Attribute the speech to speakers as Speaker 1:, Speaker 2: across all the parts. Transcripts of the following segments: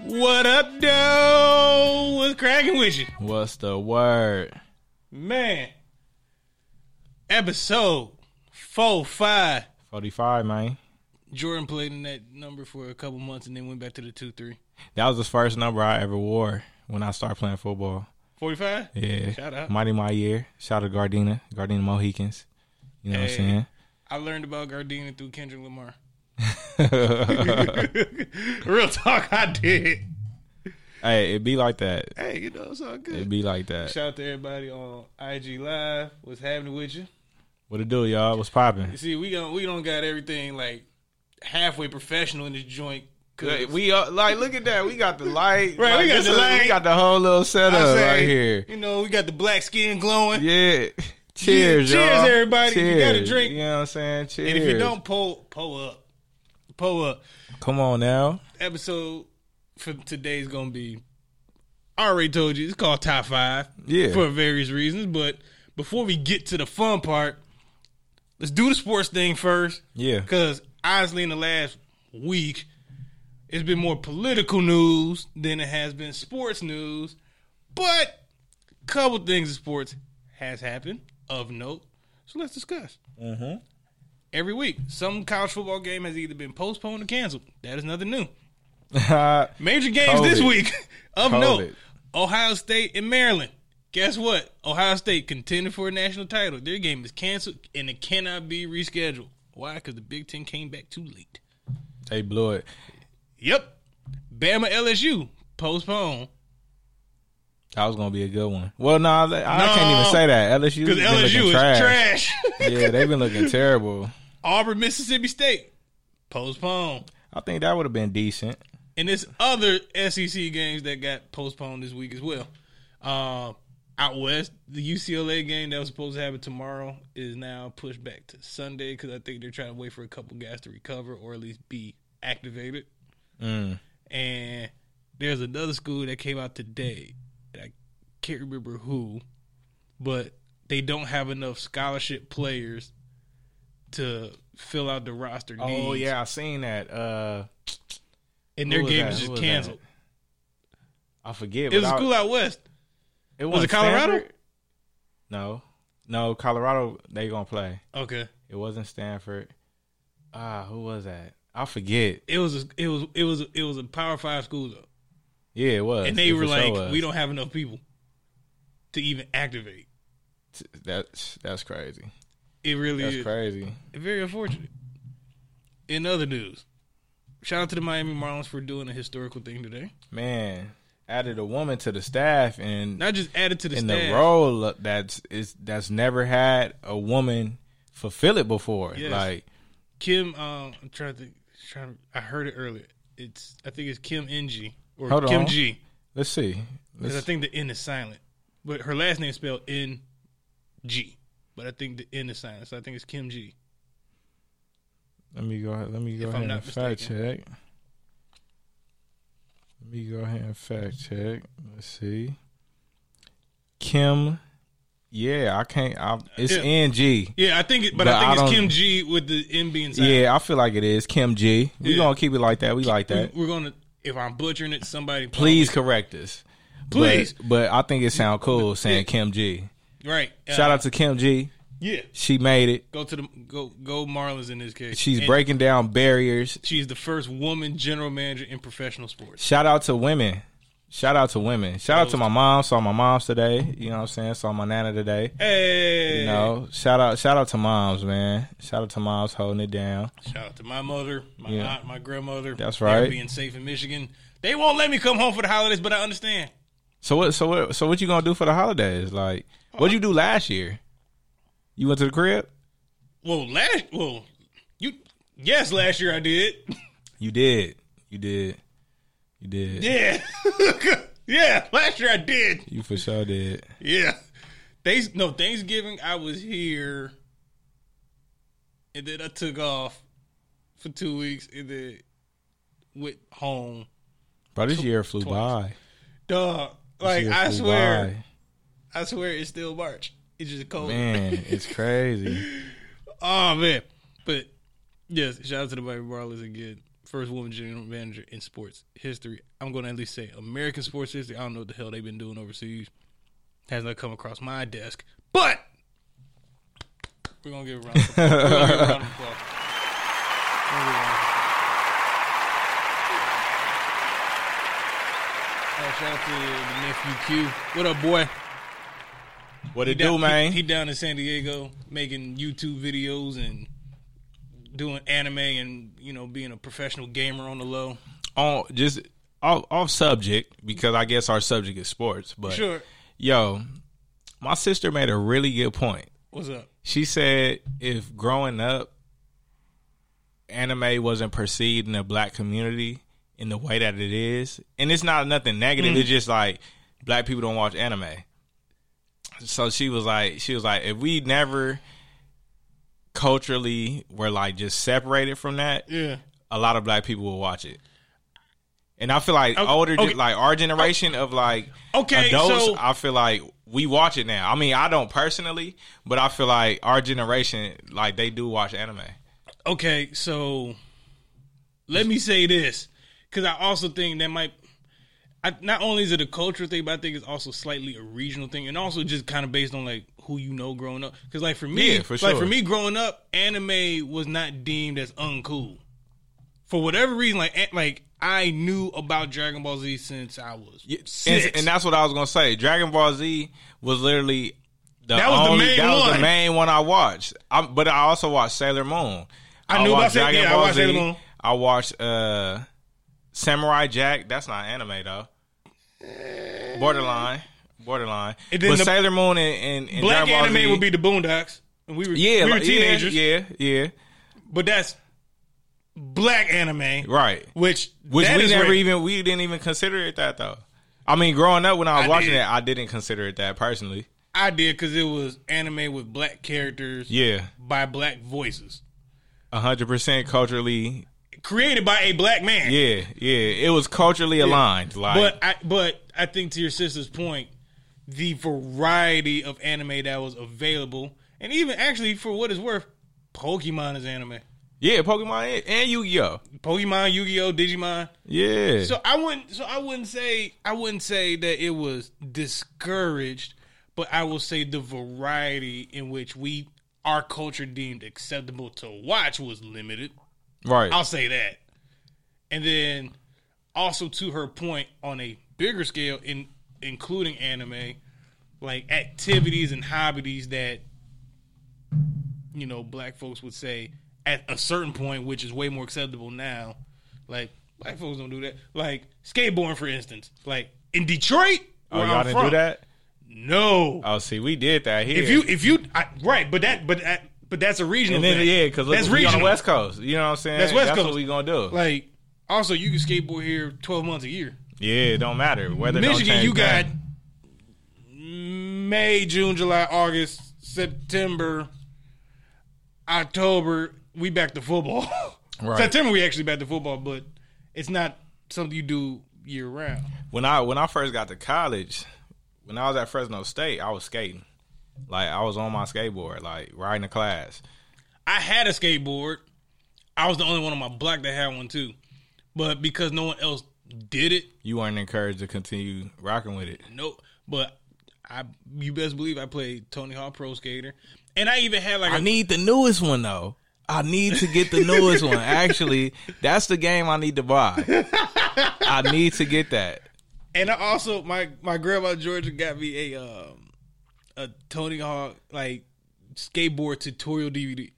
Speaker 1: What up, though? What's cracking with you?
Speaker 2: What's the word?
Speaker 1: Man. Episode 4 5.
Speaker 2: 45, man.
Speaker 1: Jordan played in that number for a couple months and then went back to the 2 3.
Speaker 2: That was the first number I ever wore when I started playing football.
Speaker 1: 45?
Speaker 2: Yeah.
Speaker 1: Shout out.
Speaker 2: Mighty My Year. Shout out to Gardena. Gardena Mohicans. You know
Speaker 1: Hey.
Speaker 2: what
Speaker 1: I learned about Gardena through Kendrick Lamar.
Speaker 2: I'm saying?
Speaker 1: Uh. Real talk, I did.
Speaker 2: hey, it be like that.
Speaker 1: Hey, you know, it's all good.
Speaker 2: It be like that.
Speaker 1: Shout out to everybody on IG Live. What's happening with you?
Speaker 2: What it do, y'all? What's popping?
Speaker 1: You see, we don't we don't got everything like halfway professional in this joint. 'cause
Speaker 2: We are, like look at that. We got the light.
Speaker 1: Right, we
Speaker 2: Like,
Speaker 1: got
Speaker 2: this
Speaker 1: the
Speaker 2: is-
Speaker 1: light.
Speaker 2: We got the whole little
Speaker 1: I
Speaker 2: setup
Speaker 1: say,
Speaker 2: right here.
Speaker 1: You know, we got the black skin glowing.
Speaker 2: Yeah. Cheers,
Speaker 1: cheers,
Speaker 2: y'all.
Speaker 1: everybody. If you got a
Speaker 2: Cheers.
Speaker 1: drink-
Speaker 2: You know what I'm saying? Cheers.
Speaker 1: and if you don't pull pull up, pull up.
Speaker 2: come on now.
Speaker 1: Episode for today's gonna be. I already told you it's called top five.
Speaker 2: Yeah.
Speaker 1: for various reasons. But before we get to the fun part, let's do the sports thing first.
Speaker 2: Yeah.
Speaker 1: Because honestly, in the last week, it's been more political news than it has been sports news. But a couple things in sports has happened of note. So let's discuss.
Speaker 2: Mm-hmm.
Speaker 1: Every week, some college football game has either been postponed or canceled. That is nothing new. Major games this
Speaker 2: COVID.
Speaker 1: week of note:
Speaker 2: COVID.
Speaker 1: Ohio State and Maryland. Guess what? Ohio State contending for a national title. Their game is canceled and it cannot be rescheduled. Why? Because the Big Ten came back too late.
Speaker 2: they blew it.
Speaker 1: Yep. Bama LSU postponed
Speaker 2: That was gonna be a good one. Well, no, I, I
Speaker 1: No.
Speaker 2: can't even say that. LSU
Speaker 1: because
Speaker 2: been
Speaker 1: LSU
Speaker 2: looking
Speaker 1: is
Speaker 2: trash.
Speaker 1: trash.
Speaker 2: yeah, they've been looking terrible.
Speaker 1: Auburn, Mississippi State postponed,
Speaker 2: I think that would have been decent.
Speaker 1: and there's other SEC games that got postponed this week as well. Uh, out west, the UCLA game that was supposed to happen tomorrow is now pushed back to Sunday because I think they're trying to wait for a couple guys to recover or at least be activated.
Speaker 2: Mm.
Speaker 1: And there's another school that came out today. and I can't remember who, but they don't have enough scholarship players to fill out the roster needs.
Speaker 2: Oh yeah, I seen that. Uh,
Speaker 1: and
Speaker 2: who
Speaker 1: their
Speaker 2: was
Speaker 1: game
Speaker 2: that?
Speaker 1: is
Speaker 2: Who
Speaker 1: just
Speaker 2: was
Speaker 1: canceled.
Speaker 2: that? I forget.
Speaker 1: It was
Speaker 2: but
Speaker 1: a
Speaker 2: I-
Speaker 1: school out west.
Speaker 2: It
Speaker 1: was it
Speaker 2: wasn't
Speaker 1: Colorado?
Speaker 2: Stanford? No, no, Colorado. They gonna play.
Speaker 1: Okay,
Speaker 2: It wasn't Stanford. Ah, who was that? I forget.
Speaker 1: it was a, it was it was it was a power five school though,
Speaker 2: Yeah, it was.
Speaker 1: and they
Speaker 2: It
Speaker 1: were
Speaker 2: for sure
Speaker 1: like,
Speaker 2: was.
Speaker 1: we don't have enough people to even activate.
Speaker 2: That's that's crazy.
Speaker 1: It really
Speaker 2: That's
Speaker 1: is
Speaker 2: crazy.
Speaker 1: very unfortunate. In other news, shout out to the Miami Marlins for doing a historical thing today.
Speaker 2: Man, added a woman to the staff and
Speaker 1: not just added to the
Speaker 2: in
Speaker 1: staff.
Speaker 2: the role that's is that's never had a woman fulfill it before.
Speaker 1: Yes.
Speaker 2: Like
Speaker 1: Kim, um, I'm trying to think, trying. To, I heard it earlier. It's I think it's Kim NG or
Speaker 2: Hold
Speaker 1: Kim
Speaker 2: on.
Speaker 1: G
Speaker 2: let's see.
Speaker 1: because I
Speaker 2: Let's-
Speaker 1: think the N is silent, but her last name is spelled N G, but I think the N is silent, so I think it's Kim G.
Speaker 2: let me go ahead let me go
Speaker 1: If I'm
Speaker 2: ahead
Speaker 1: not
Speaker 2: and fact check. Let me go ahead and fact check. Let's see. Kim yeah, I can't I it's
Speaker 1: Yeah.
Speaker 2: NG.
Speaker 1: Yeah, I think, it, but,
Speaker 2: But
Speaker 1: I think
Speaker 2: I
Speaker 1: it's
Speaker 2: don't-
Speaker 1: Kim G with the N being silent.
Speaker 2: Yeah, I feel like it is Kim G. We
Speaker 1: Yeah.
Speaker 2: gonna keep it like that. We like that.
Speaker 1: We, are gonna. If I'm butchering it, somebody
Speaker 2: Please correct us. But-
Speaker 1: Please.
Speaker 2: but, I think it sound cool saying Kim G.
Speaker 1: right. Uh,
Speaker 2: Shout out to Kim G.
Speaker 1: Yeah,
Speaker 2: She made it.
Speaker 1: go to the go go Marlins in this case.
Speaker 2: She's
Speaker 1: And
Speaker 2: breaking down barriers.
Speaker 1: She's the first woman general manager in professional sports.
Speaker 2: Shout out to women. Shout out to women. Shout out to my mom. Saw my moms today. You know what I'm saying? Saw my nana today.
Speaker 1: Hey,
Speaker 2: You know, shout out shout out to moms, man. Shout out to moms holding it down.
Speaker 1: Shout out to my mother, my
Speaker 2: Yeah.
Speaker 1: aunt, my grandmother.
Speaker 2: That's
Speaker 1: They're
Speaker 2: right.
Speaker 1: Being safe in Michigan, they won't let me come home for the holidays, but I understand.
Speaker 2: So what so what so what you gonna do for the holidays? Like what'd you do last year? You went to the crib?
Speaker 1: Well, last well, you yes, last year I did.
Speaker 2: You did. You did. You did.
Speaker 1: Yeah, yeah, last year I did.
Speaker 2: You for sure did.
Speaker 1: Yeah, they no Thanksgiving I was here, and then I took off for two weeks, and then went home.
Speaker 2: Bro, this year flew by. This
Speaker 1: Dog, like
Speaker 2: year
Speaker 1: I
Speaker 2: flew
Speaker 1: swear, I swear it's still March. It's just cold.
Speaker 2: by. Man, it's crazy.
Speaker 1: Oh man. But yes, shout out to the Miami Marlins again first woman general manager in sports history. I'm going to at least say American sports history. I don't know what the hell they've been doing overseas. Has not come across my desk, but we're going to give a round of applause. We're gonna give a round of applause. We're gonna give a round of applause. Oh, shout out to the nephew Q. What up, boy?
Speaker 2: What it
Speaker 1: Down-
Speaker 2: do,
Speaker 1: he-
Speaker 2: man?
Speaker 1: He, down in San Diego making YouTube videos and doing anime and you know being a professional gamer on the low.
Speaker 2: on just off, off subject because I guess our subject is sports. But
Speaker 1: Sure.
Speaker 2: yo, my sister made a really good point.
Speaker 1: What's up?
Speaker 2: She said if growing up, anime wasn't perceived in the black community in the way that it is, and it's not nothing negative. It's just like black people don't watch anime. So she was like, she was like, if we never culturally were like just separated from that,
Speaker 1: Yeah.
Speaker 2: a lot of black people will watch it. And I feel like older,
Speaker 1: okay.
Speaker 2: like our generation of like
Speaker 1: Okay,
Speaker 2: adults,
Speaker 1: so-
Speaker 2: I feel like we watch it now. I mean, I don't personally, but I feel like our generation, like they do watch anime.
Speaker 1: Okay, so let me say this because I also think that might. I, not only is it a cultural thing, but I think it's also slightly a regional thing, and also just kind of based on like who you know growing up. Because like for me,
Speaker 2: Yeah, for
Speaker 1: like for
Speaker 2: sure.
Speaker 1: me growing up, anime was not deemed as uncool. For whatever reason, like an- like I knew about Dragon Ball Z since I was six.
Speaker 2: And, and that's what I was gonna say. Dragon Ball Z was literally the
Speaker 1: That was the
Speaker 2: only-
Speaker 1: main
Speaker 2: that was
Speaker 1: one.
Speaker 2: the main one I watched. I, but I also watched Sailor Moon.
Speaker 1: I knew about
Speaker 2: watched
Speaker 1: Sailor- yeah, I watched
Speaker 2: Z.
Speaker 1: Sailor Moon.
Speaker 2: I watched uh, Samurai Jack. That's not anime though. Borderline, borderline. But
Speaker 1: And then the-
Speaker 2: Sailor Moon and, and, and
Speaker 1: Black
Speaker 2: Dragon Ball
Speaker 1: anime
Speaker 2: Z-
Speaker 1: would be the Boondocks, and we were we
Speaker 2: yeah,
Speaker 1: were
Speaker 2: like, yeah,
Speaker 1: teenagers,
Speaker 2: Yeah, yeah,
Speaker 1: but that's black anime,
Speaker 2: right.
Speaker 1: Which
Speaker 2: Which
Speaker 1: that
Speaker 2: we
Speaker 1: is
Speaker 2: never
Speaker 1: racist.
Speaker 2: even we didn't even consider it that though. I mean, growing up when I was
Speaker 1: I
Speaker 2: watching
Speaker 1: did.
Speaker 2: it, I didn't consider it that personally.
Speaker 1: I did because it was anime with black characters
Speaker 2: Yeah.
Speaker 1: by black voices,
Speaker 2: hundred percent culturally.
Speaker 1: created by a black man.
Speaker 2: Yeah, yeah. It was culturally aligned. Like,
Speaker 1: But I but I think to your sister's point, the variety of anime that was available, and even actually for what it's worth, Pokemon is anime.
Speaker 2: yeah, Pokemon and- and Yu Gi Oh.
Speaker 1: Pokemon, Yu Gi Oh, Digimon.
Speaker 2: Yeah,
Speaker 1: So I wouldn't. So I wouldn't say. I wouldn't say that it was discouraged, but I will say the variety in which we our culture deemed acceptable to watch was limited.
Speaker 2: right.
Speaker 1: I'll say that. And then also to her point on a bigger scale in including anime, like activities and hobbies that you know, black folks would say at a certain point, which is way more acceptable now, like black folks don't do that. Like skateboarding for instance. Like in Detroit,
Speaker 2: oh,
Speaker 1: where
Speaker 2: y'all
Speaker 1: I'm
Speaker 2: didn't
Speaker 1: from,
Speaker 2: do that.
Speaker 1: No.
Speaker 2: Oh, see, we did that here.
Speaker 1: if you if you I, right, but that but that, but that's a regional
Speaker 2: and then
Speaker 1: thing.
Speaker 2: yeah, because
Speaker 1: that's
Speaker 2: that's we on the
Speaker 1: regional.
Speaker 2: West Coast. You know what I'm saying?
Speaker 1: That's West
Speaker 2: What
Speaker 1: Coast.
Speaker 2: we gonna do?
Speaker 1: Like, also, you can skateboard here 12 months a year.
Speaker 2: yeah, it don't matter whether
Speaker 1: Michigan, you got May, June, July, August, September, October. We back to football.
Speaker 2: Right.
Speaker 1: September, we actually back to football, but it's not something you do year round.
Speaker 2: when I when I first got to college, when I was at Fresno State, I was skating. Like I was on my skateboard, like riding to class.
Speaker 1: I had a skateboard. I was the only one on my block that had one too. But because no one else did it,
Speaker 2: You weren't encouraged to continue rocking with it.
Speaker 1: no. But I, you best believe I played Tony Hawk Pro Skater, and I even had like a
Speaker 2: I need the newest one though. I need to get the newest one. Actually, that's the game I need to buy. I need to get that.
Speaker 1: And I also my my grandma Georgia got me a um a Tony Hawk like skateboard tutorial DVD.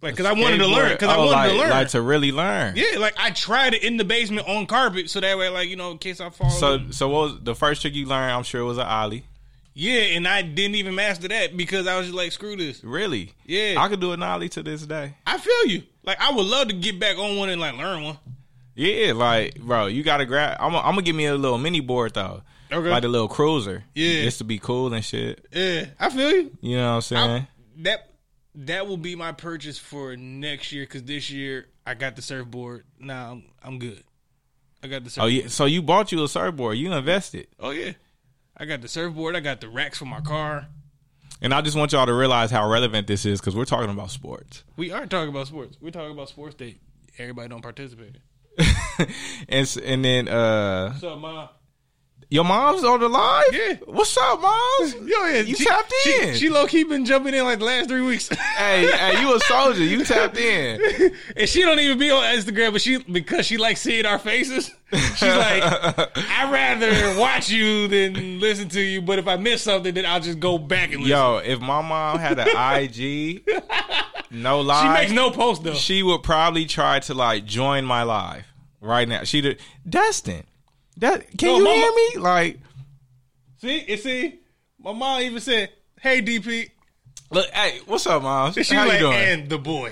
Speaker 1: Like cuz I wanted to learn cuz I
Speaker 2: Oh,
Speaker 1: wanted
Speaker 2: like,
Speaker 1: to learn.
Speaker 2: like to really learn.
Speaker 1: yeah, like I tried it in the basement on carpet so that way like you know in case I fall.
Speaker 2: So, so what was the first trick you learned? I'm sure it was an ollie.
Speaker 1: yeah, and I didn't even master that because I was just like screw this.
Speaker 2: Really?
Speaker 1: Yeah.
Speaker 2: I could do an ollie to this day.
Speaker 1: I feel you. Like I would love to get back on one and like learn one.
Speaker 2: Yeah, like bro, you gotta grab. I'm gonna give me a little mini board though.
Speaker 1: Okay.
Speaker 2: Like a little cruiser.
Speaker 1: Yeah.
Speaker 2: Just to be cool and shit.
Speaker 1: Yeah, I feel you.
Speaker 2: You know what I'm saying?
Speaker 1: That that will be my purchase for next year cuz this year I got the surfboard. Now I'm, I'm good. I got the surfboard.
Speaker 2: oh yeah. So you bought you a surfboard. You invested.
Speaker 1: Oh yeah. I got the surfboard. I got the racks for my car.
Speaker 2: And I just want y'all to realize how relevant this is because we're talking about sports.
Speaker 1: We are talking about sports. We're talking about sports that everybody don't participate in.
Speaker 2: and s- and then uh,
Speaker 1: What's up, mom?
Speaker 2: your mom's on the live.
Speaker 1: Yeah.
Speaker 2: What's up, moms?
Speaker 1: Yo, yeah,
Speaker 2: you
Speaker 1: she,
Speaker 2: tapped
Speaker 1: she-
Speaker 2: in.
Speaker 1: She, low key been jumping in like the last three weeks.
Speaker 2: hey, hey, you a soldier? You tapped in.
Speaker 1: and she don't even be on Instagram, but she because she likes seeing our faces. She's like, I'd rather watch you than listen to you. But if I miss something, then I'll just go back and listen.
Speaker 2: Yo, if my mom had an IG, no lie,
Speaker 1: she makes no post though.
Speaker 2: she would probably try to like join my live right now. She did Destin. That can
Speaker 1: No,
Speaker 2: you
Speaker 1: my
Speaker 2: hear
Speaker 1: mo-
Speaker 2: me? Like,
Speaker 1: see, and see, my mom even said, "Hey, DP."
Speaker 2: look, hey, what's up, mom?
Speaker 1: She
Speaker 2: How
Speaker 1: like,
Speaker 2: you doing?
Speaker 1: and the boy.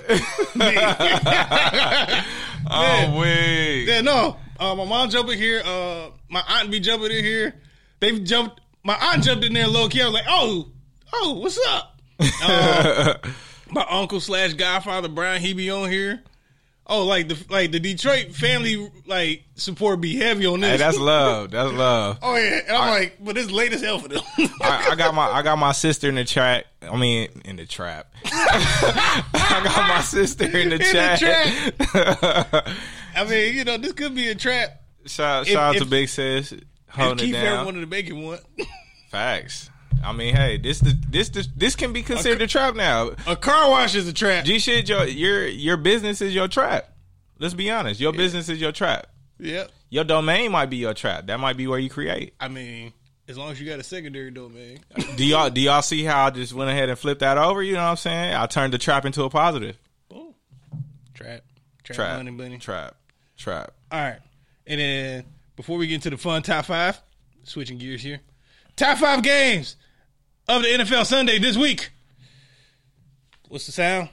Speaker 1: yeah,
Speaker 2: Oh wait,
Speaker 1: no. Uh, my mom jumping here. Uh, my aunt be jumping in here. They jumped. My aunt jumped in there low key. I was like, oh, oh, what's up? Uh, my uncle slash godfather Brian, he be on here. Oh, like the like the Detroit family like support be heavy on this.
Speaker 2: hey, that's love. That's love.
Speaker 1: oh yeah, and I'm like, but it's late as hell for them.
Speaker 2: I, I got my I got my sister in the trap. I mean, in the trap. I got my sister in the
Speaker 1: the
Speaker 2: chat.
Speaker 1: I mean, you know, this could be a trap.
Speaker 2: shout shout out to
Speaker 1: if-
Speaker 2: Big Sis
Speaker 1: If
Speaker 2: holding it
Speaker 1: Keith never
Speaker 2: down.
Speaker 1: wanted to make it one.
Speaker 2: Facts. I mean, hey, this the- this this this can be considered a trap now.
Speaker 1: A car wash is a trap.
Speaker 2: G shit, your your your business is your trap. Let's be honest. Your business is your trap.
Speaker 1: Yep.
Speaker 2: Your domain might be your trap. That might be where you create.
Speaker 1: I mean, as long as you got a secondary domain.
Speaker 2: Do y'all do y'all see how I just went ahead and flipped that over? You know what I'm saying? I turned the trap into a positive.
Speaker 1: Oh. Trap. Trap.
Speaker 2: Trap.
Speaker 1: Money, bunny.
Speaker 2: Trap. Trap.
Speaker 1: All right. And then before we get into the fun top five, switching gears here. Top five games of the NFL Sunday this week. What's the sound?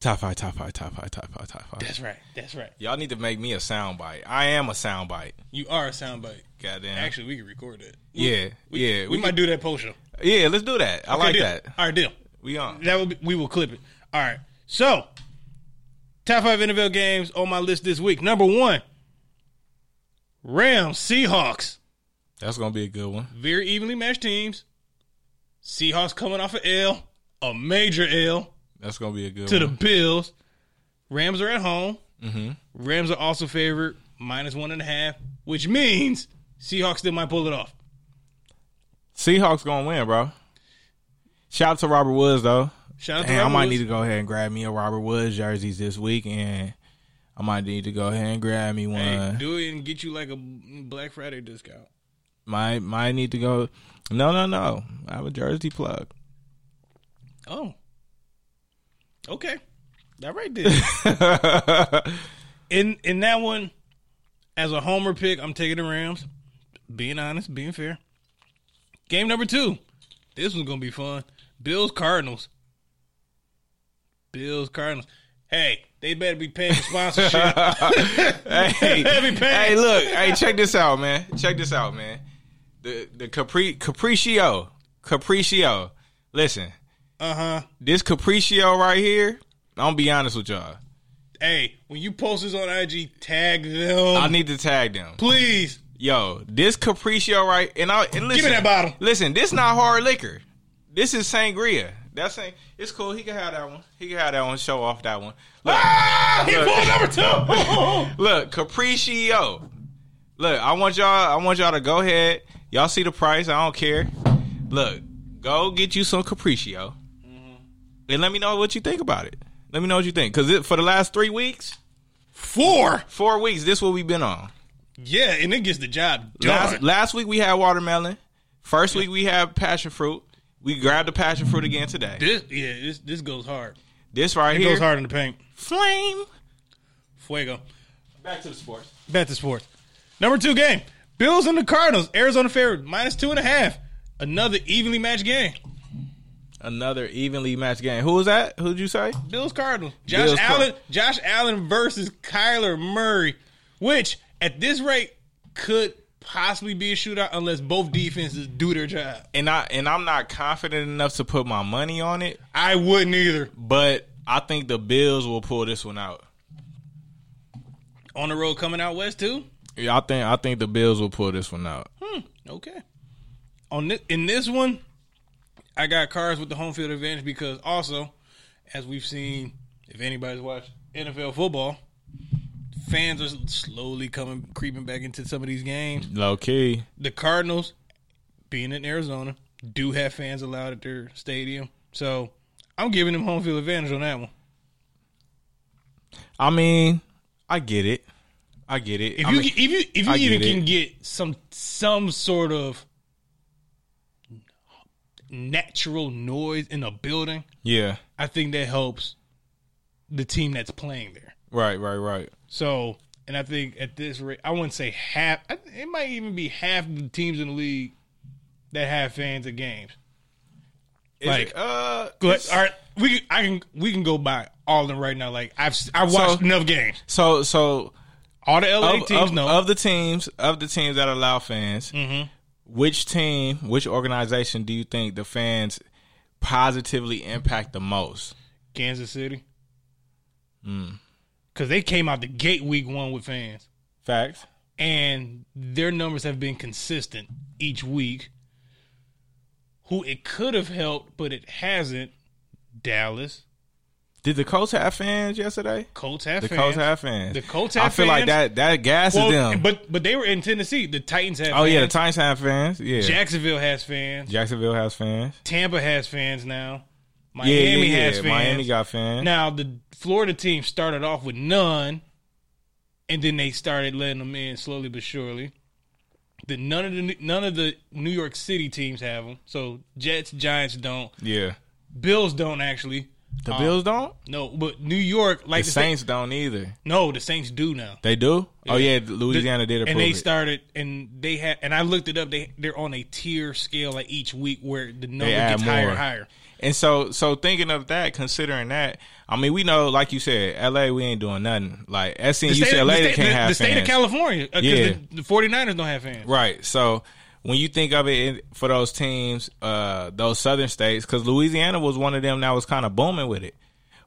Speaker 2: Top five, top five, top five, top five, top five.
Speaker 1: That's right. That's right.
Speaker 2: Y'all need to make me a soundbite. I am a soundbite.
Speaker 1: You are a soundbite.
Speaker 2: Goddamn.
Speaker 1: Actually, we can record that.
Speaker 2: yeah, yeah,
Speaker 1: We,
Speaker 2: we,
Speaker 1: might do that post show.
Speaker 2: can- yeah. Let's do that. I like that.
Speaker 1: All right, deal.
Speaker 2: We on.
Speaker 1: That will be, we will clip it. All right. So, top five NFL games on my list this week. Number one, Rams Seahawks.
Speaker 2: That's gonna be a good one.
Speaker 1: Very evenly matched teams. Seahawks coming off a L, a major L
Speaker 2: That's gonna be a good
Speaker 1: to the
Speaker 2: one.
Speaker 1: Bills. Rams are at home.
Speaker 2: Mm-hmm.
Speaker 1: Rams are also favored minus one and a half, which means Seahawks still might pull it off.
Speaker 2: Seahawks gonna win, bro. Shout out to Robert Woods though.
Speaker 1: Shout out to
Speaker 2: Hey, I
Speaker 1: Robert
Speaker 2: might
Speaker 1: Woods.
Speaker 2: need to go ahead and grab me a Robert Woods jerseys this week, and I might need to go ahead and grab me one.
Speaker 1: Hey, do it and get you like a Black Friday discount.
Speaker 2: might might need to go. No, no, no. I have a jersey plug.
Speaker 1: Oh. Okay. All right then. in in that one, as a homer pick, I'm taking the Rams. Being honest, being fair. Game number two. This one's gonna be fun. Bills Cardinals. Bills Cardinals. Hey, they better be paying for sponsorship.
Speaker 2: hey,
Speaker 1: Heavy pants.
Speaker 2: hey, look, hey, check this out, man. Check this out, man. The the Capri Capriccio Capriccio. Listen,
Speaker 1: uh huh.
Speaker 2: this Capriccio right here. I'm gonna be honest with y'all.
Speaker 1: Hey, when you post this on IG, tag them,
Speaker 2: I need to tag them.
Speaker 1: please.
Speaker 2: Yo, this Capriccio right, and I and listen,
Speaker 1: Give me that bottle.
Speaker 2: Listen, this not hard liquor. This is sangria. That's sang- it's cool. He can have that one. He can have that one. Show off that one. Look,
Speaker 1: Ah, he
Speaker 2: Look.
Speaker 1: pulled number two.
Speaker 2: look, Capriccio. Look, I want y'all. I want y'all to go ahead. Y'all see the price. I don't care. Look, go get you some Capriccio, Mm-hmm. and let me know what you think about it. Let me know what you think, because for the last three weeks,
Speaker 1: Four.
Speaker 2: four weeks, this what we've been on.
Speaker 1: Yeah, and it gets the job done.
Speaker 2: Last, last week we had watermelon. First week we had passion fruit. We grabbed the passion fruit again today.
Speaker 1: This yeah, this this goes hard.
Speaker 2: This right
Speaker 1: It
Speaker 2: here,
Speaker 1: goes hard in the paint.
Speaker 2: flame.
Speaker 1: Fuego.
Speaker 2: Back to the sports.
Speaker 1: Back to sports. Number two game. Bills and the Cardinals. Arizona favored minus two and a half. Another evenly matched game.
Speaker 2: Another evenly matched game. Who was that? Who'd you say?
Speaker 1: Bills Cardinals. Josh
Speaker 2: Bills, Car-
Speaker 1: Allen. Josh Allen versus Kyler Murray, which at this rate could possibly be a shootout unless both defenses do their job.
Speaker 2: And I and I'm not confident enough to put my money on it,
Speaker 1: I wouldn't either.
Speaker 2: but I think the Bills will pull this one out.
Speaker 1: On the road coming out west too.
Speaker 2: Yeah, I think I think the Bills will pull this one out.
Speaker 1: Hmm. Okay. On this, in this one, I got cars with the home field advantage because also, as we've seen, if anybody's watched NFL football, fans are slowly coming creeping back into some of these games.
Speaker 2: Low key.
Speaker 1: The Cardinals, being in Arizona, do have fans allowed at their stadium, so I'm giving them home field advantage on that one.
Speaker 2: I mean, I get it. I get it.
Speaker 1: If
Speaker 2: I
Speaker 1: you
Speaker 2: mean,
Speaker 1: get- if you if you
Speaker 2: I
Speaker 1: even
Speaker 2: get it.
Speaker 1: can get some some sort of natural noise in a building,
Speaker 2: yeah.
Speaker 1: I think that helps the team that's playing there.
Speaker 2: Right, right, right.
Speaker 1: So, and I think at this rate, I wouldn't say half. I- It might even be half of the teams in the league that have fans at games.
Speaker 2: Is
Speaker 1: Like,
Speaker 2: it, uh,
Speaker 1: But
Speaker 2: it's-
Speaker 1: all right, we can, I can we can go by all of them right now. Like I've I watched
Speaker 2: So-
Speaker 1: enough games.
Speaker 2: so so
Speaker 1: All the LA
Speaker 2: of,
Speaker 1: teams
Speaker 2: of,
Speaker 1: know. Mm-hmm.
Speaker 2: of the teams of the teams that allow fans. Which team, which organization do you think the fans positively impact the most?
Speaker 1: Kansas City.
Speaker 2: Mm.
Speaker 1: Because they came out the gate week one with fans,
Speaker 2: Facts.
Speaker 1: and their numbers have been consistent each week. Who it could have helped, but it hasn't. Dallas
Speaker 2: Did the Colts have fans yesterday?
Speaker 1: Colts have
Speaker 2: The
Speaker 1: fans.
Speaker 2: Colts have fans.
Speaker 1: The Colts
Speaker 2: I
Speaker 1: have
Speaker 2: feel like
Speaker 1: fans.
Speaker 2: that that gasses
Speaker 1: Well,
Speaker 2: them.
Speaker 1: But but they were in Tennessee. The Titans have.
Speaker 2: oh yeah, the
Speaker 1: fans.
Speaker 2: Titans have fans. Yeah,
Speaker 1: Jacksonville has fans.
Speaker 2: Jacksonville has fans.
Speaker 1: Tampa has fans now.
Speaker 2: Yeah,
Speaker 1: Miami
Speaker 2: yeah, yeah.
Speaker 1: has fans.
Speaker 2: Miami got fans.
Speaker 1: now the Florida team started off with none, and then they started letting them in slowly but surely. Then none of the none of the New York City teams have them. So Jets, Giants don't.
Speaker 2: yeah,
Speaker 1: Bills don't actually.
Speaker 2: the Bills don't.
Speaker 1: No, but New York
Speaker 2: The
Speaker 1: like the Saints.
Speaker 2: Saints don't either.
Speaker 1: no, the Saints do now.
Speaker 2: They do. Oh
Speaker 1: Yeah.
Speaker 2: yeah, Louisiana did approve
Speaker 1: and they
Speaker 2: it.
Speaker 1: started and they had and I looked it up. They they're on a tier scale like each week where the number
Speaker 2: add
Speaker 1: gets higher
Speaker 2: more.
Speaker 1: and higher.
Speaker 2: And so, so thinking of that, considering that, I mean, we know, like you said, L.A. We ain't doing nothing. Like
Speaker 1: The
Speaker 2: SCU
Speaker 1: state,
Speaker 2: said,
Speaker 1: the
Speaker 2: LA
Speaker 1: state-
Speaker 2: they can't
Speaker 1: the-
Speaker 2: have
Speaker 1: the state of
Speaker 2: fans.
Speaker 1: California because
Speaker 2: Yeah.
Speaker 1: the, the 49ers don't have fans.
Speaker 2: right? So when you think of it in- for those teams, uh, those southern states, because Louisiana was one of them that was kind of booming with it,